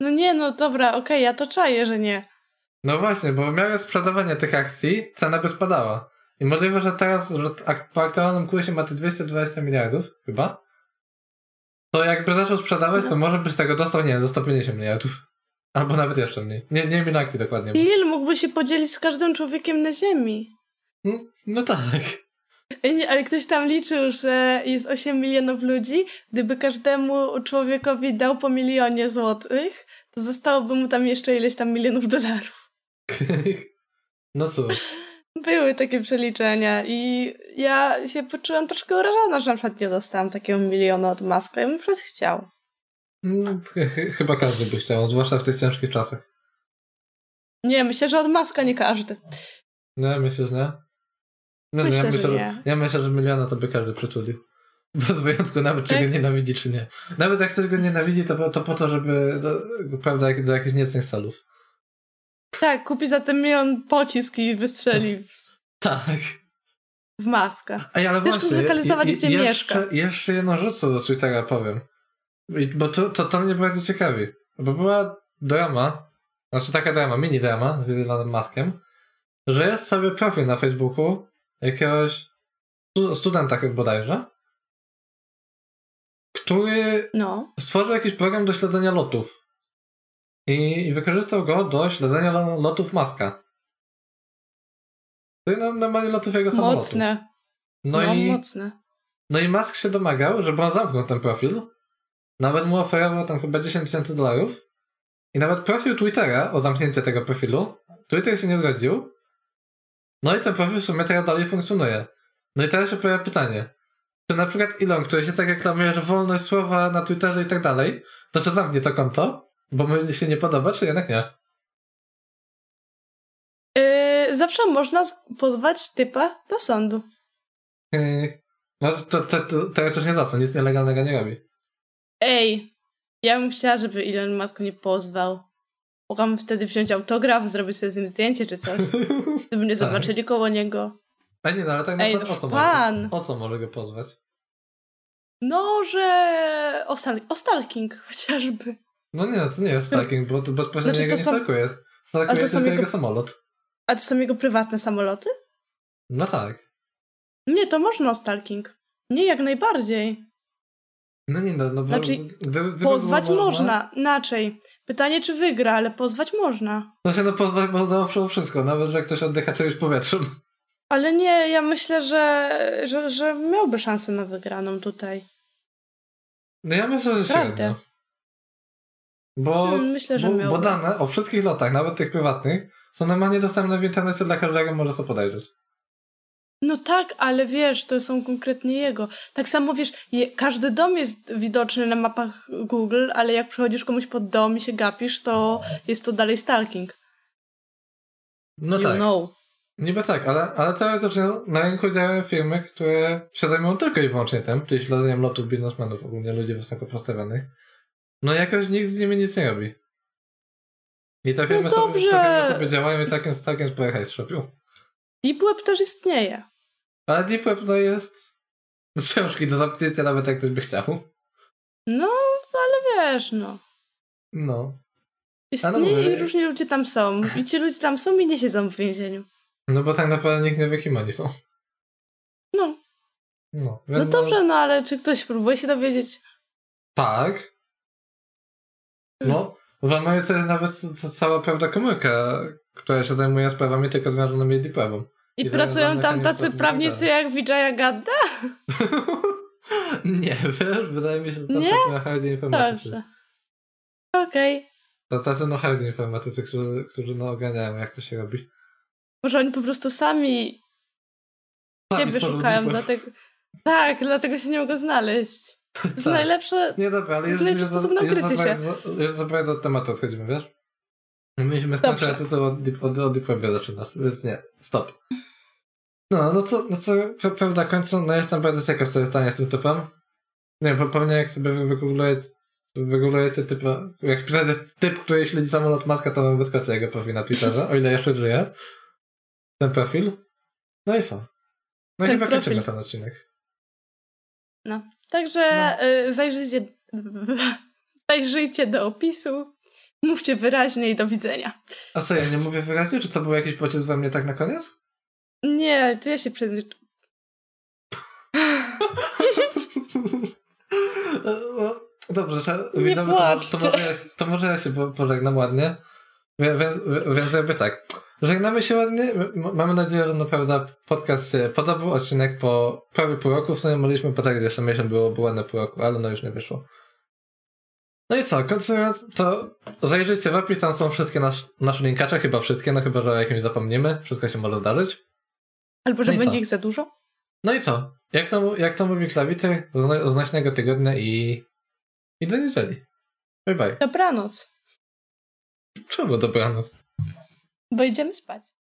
Speaker 1: No nie, no dobra, okej, ja to czaję, że nie.
Speaker 2: No właśnie, bo w miarę sprzedawania tych akcji cena by spadała. I możliwe, że teraz że ak- po aktualnym kursie ma te 220 miliardów, chyba. To jakby zaczął sprzedawać, to może byś tego dostał, nie wiem, za 150 miliardów. Albo nawet jeszcze mniej. Nie, nie wiem na akcji dokładnie. bo-
Speaker 1: Lil mógłby się podzielić z każdym człowiekiem na ziemi.
Speaker 2: Mm, No tak.
Speaker 1: Ej, Nie, ale ktoś tam liczył, że jest 8 milionów ludzi. Gdyby każdemu człowiekowi dał po milionie złotych, to zostałoby mu tam jeszcze ileś tam milionów dolarów.
Speaker 2: No cóż.
Speaker 1: Były takie przeliczenia i ja się poczułam troszkę urażona, że na przykład nie dostałam takiego miliona od Maska. Ja bym przez chciał.
Speaker 2: Mm, ch- ch- Chyba każdy by chciał, zwłaszcza w tych ciężkich czasach.
Speaker 1: Nie, myślę, że od Maska nie każdy.
Speaker 2: Nie, myślisz, nie? No,
Speaker 1: Myślę,
Speaker 2: ja,
Speaker 1: że
Speaker 2: myślę,
Speaker 1: nie.
Speaker 2: ja myślę, że miliona to by każdy [laughs] przytulił. Bez wyjątku nawet czy
Speaker 1: Tak.
Speaker 2: go nienawidzi, czy nie. Nawet jak ktoś go nienawidzi, to, po- to po to, żeby do, prawda, jak- do jakichś niecnych celów.
Speaker 1: Tak, kupi za ten milion pocisk i wystrzeli w,
Speaker 2: Tak.
Speaker 1: w Maska.
Speaker 2: Ej, ale
Speaker 1: Ciężko
Speaker 2: właśnie...
Speaker 1: zlokalizować,
Speaker 2: je-
Speaker 1: gdzie
Speaker 2: jeszcze,
Speaker 1: mieszka.
Speaker 2: Jeszcze jedną rzecz co do Twittera tak powiem. I- Bo to, to, to mnie bardzo ciekawi. Bo była drama, znaczy taka drama, mini drama z Elonem Muskiem, że jest sobie profil na Facebooku jakiegoś stu- studenta chyba bodajże, który
Speaker 1: No.
Speaker 2: stworzył jakiś program do śledzenia lotów. I, i wykorzystał go do śledzenia lo- lotów Maska. Czyli no, normalnie lotów jego samolotu.
Speaker 1: Mocne.
Speaker 2: No,
Speaker 1: No,
Speaker 2: i,
Speaker 1: mocne.
Speaker 2: no i Musk się domagał, żeby on zamknął ten profil. Nawet mu oferował tam chyba 10 tysięcy dolarów. I nawet prosił Twittera o zamknięcie tego profilu. Twitter się nie zgodził. No i ten profil w sumie teraz dalej funkcjonuje. No i teraz się pojawia pytanie. Czy na przykład Elon, który się tak reklamuje, że wolność słowa na Twitterze i tak dalej, to czy zamknie to konto? Bo mu się nie podoba, czy jednak nie?
Speaker 1: Yy, zawsze można z- pozwać typa do sądu.
Speaker 2: Yy, No to, to, to teraz też nie za co, nic nielegalnego nie robi.
Speaker 1: Ej, ja bym chciała, żeby Elon Musk mnie pozwał. Mogłam wtedy wziąć autograf, zrobić sobie z nim zdjęcie czy [laughs] coś. Gdyby mnie
Speaker 2: Tak.
Speaker 1: zobaczyli koło niego.
Speaker 2: A nie, no ale tak
Speaker 1: Ej,
Speaker 2: naprawdę o co,
Speaker 1: no
Speaker 2: może,
Speaker 1: pan!
Speaker 2: o co może go pozwać?
Speaker 1: No, że... O, stal- o stalking chociażby.
Speaker 2: No nie, to nie jest stalking, bo to bezpośrednio
Speaker 1: Znaczy,
Speaker 2: jego
Speaker 1: to
Speaker 2: nie
Speaker 1: są-
Speaker 2: stalkuje. Stalkuje
Speaker 1: Ale to
Speaker 2: tylko
Speaker 1: są
Speaker 2: jego...
Speaker 1: jego-
Speaker 2: samolot.
Speaker 1: A to są jego prywatne samoloty?
Speaker 2: No tak.
Speaker 1: Nie, to można o stalking. Nie, jak najbardziej.
Speaker 2: No nie, no, no bo...
Speaker 1: Znaczy,
Speaker 2: gdy- gdyby
Speaker 1: Pozwać
Speaker 2: było
Speaker 1: można, inaczej. Pytanie, czy wygra, ale pozwać można.
Speaker 2: Znaczy, no pozwać można o wszystko, nawet że ktoś oddycha czyimś powietrzem.
Speaker 1: Ale nie, ja myślę, że, że, że miałby szansę na wygraną tutaj.
Speaker 2: No ja myślę, że
Speaker 1: Prawda.
Speaker 2: średnio. Bo,
Speaker 1: Mm, myślę, że
Speaker 2: bo, bo
Speaker 1: miałby.
Speaker 2: dane o wszystkich lotach, nawet tych prywatnych, są normalnie dostępne w internecie dla każdego, może sobie podejrzeć.
Speaker 1: No tak, ale wiesz, to są konkretnie jego. Tak samo wiesz, je, każdy dom jest widoczny na mapach Google, ale jak przychodzisz komuś pod dom i się gapisz, to jest to dalej stalking.
Speaker 2: No
Speaker 1: you
Speaker 2: tak,
Speaker 1: know.
Speaker 2: niby tak, ale, ale teoretycznie na rynku działają firmy, które się zajmują tylko i wyłącznie tym, czyli śledzeniem lotów biznesmenów, ogólnie ludzi wysoko postawionych. No jakoś nikt z nimi nic nie robi. I te firmy, sobie,
Speaker 1: No dobrze.
Speaker 2: te firmy sobie działają i takim stakiem spore hajs robią.
Speaker 1: Deep Web też istnieje.
Speaker 2: Ale Deep Web no jest ciężki do zamknięcia, nawet jak ktoś by chciał.
Speaker 1: No, ale wiesz, no.
Speaker 2: No.
Speaker 1: Istnieje
Speaker 2: mówię-
Speaker 1: i różni ludzie tam są. I ci ludzie tam są i nie siedzą w więzieniu.
Speaker 2: No bo tak naprawdę nikt nie wie, kim oni są.
Speaker 1: No.
Speaker 2: No,
Speaker 1: No
Speaker 2: więc
Speaker 1: dobrze, no ale czy ktoś próbuje się dowiedzieć?
Speaker 2: Tak. No, w Ameryce jest nawet ca- cała prawda komórka, która się zajmuje sprawami tylko związanymi z prawem.
Speaker 1: I,
Speaker 2: I
Speaker 1: pracują
Speaker 2: zarządzamy
Speaker 1: tam
Speaker 2: tym
Speaker 1: tacy
Speaker 2: stopniem
Speaker 1: prawnicy jak Vijaya Gadda?
Speaker 2: nie, wiesz, wydaje mi się, że to
Speaker 1: Nie?
Speaker 2: tacy na hardzie informatycy.
Speaker 1: Dobrze. Okej.
Speaker 2: To tacy na hardzie informatycy, którzy, którzy no ogarniają, jak to się robi.
Speaker 1: Może oni po prostu sami
Speaker 2: Sami
Speaker 1: siebie
Speaker 2: tworzą
Speaker 1: szukają,
Speaker 2: zespół.
Speaker 1: dlatego... Tak, dlatego się nie mogą znaleźć. To jest
Speaker 2: Tak.
Speaker 1: najlepsze...
Speaker 2: Nie dobra, ale
Speaker 1: To jest
Speaker 2: już, już,
Speaker 1: najlepszy
Speaker 2: za-
Speaker 1: sposób na
Speaker 2: już, za
Speaker 1: ukrycie się.
Speaker 2: bardzo- już za bardzo od tematu odchodzimy, wiesz? Mieliśmy
Speaker 1: Dobrze.
Speaker 2: skończyć, a ty to od, Deep- od, od Deep Web'a zaczynasz, więc nie, stop. No, no co, no co pra- prawda kończą, no jestem bardzo ciekaw, co jest stanie z tym typem. Nie wiem, po- pewnie jak sobie wy- wygooglujecie, wygooglujecie typa, no, jak wpiszecie typ, który śledzi samolot maska, to wam wyskoczy jego profil na Twitterze, o ile jeszcze żyje. Ten profil. No i co? No i
Speaker 1: Ten
Speaker 2: chyba kończymy
Speaker 1: profil.
Speaker 2: ten odcinek.
Speaker 1: No. Także y, zajrzyjcie... zajrzyjcie do opisu. Mówcie wyraźnie i do widzenia.
Speaker 2: A co, ja nie mówię wyraźnie, czy to był jakiś pocisk we mnie tak na koniec?
Speaker 1: Nie, to ja się przed...
Speaker 2: No, Dobrze, to,
Speaker 1: Nie
Speaker 2: widzimy, to,
Speaker 1: płaczcie.
Speaker 2: to, może, ja się- to może ja się po- pożegnam ładnie. Wie- Więc, więc jakby tak. Żegnamy się ładnie. M- Mamy nadzieję, że naprawdę podcast się podobał. Odcinek po prawie pół roku. W sumie mogliśmy potargać jeszcze miesiąc, było było ładne pół roku, ale no już nie wyszło. No i co, końcując, to zajrzyjcie w opis, tam są wszystkie nasz, nasze linkacze, chyba wszystkie, no chyba, że o jakimś zapomnimy. Wszystko się może zdarzyć.
Speaker 1: Albo, że
Speaker 2: No i co?
Speaker 1: będzie ich za dużo.
Speaker 2: No i co? Jak to, mu- jak to mówi klawity, zno, znośnego tygodnia i, i do niedzieli. Bye bye.
Speaker 1: Dobranoc,
Speaker 2: Czemu dobranoc?
Speaker 1: bo idziemy spać.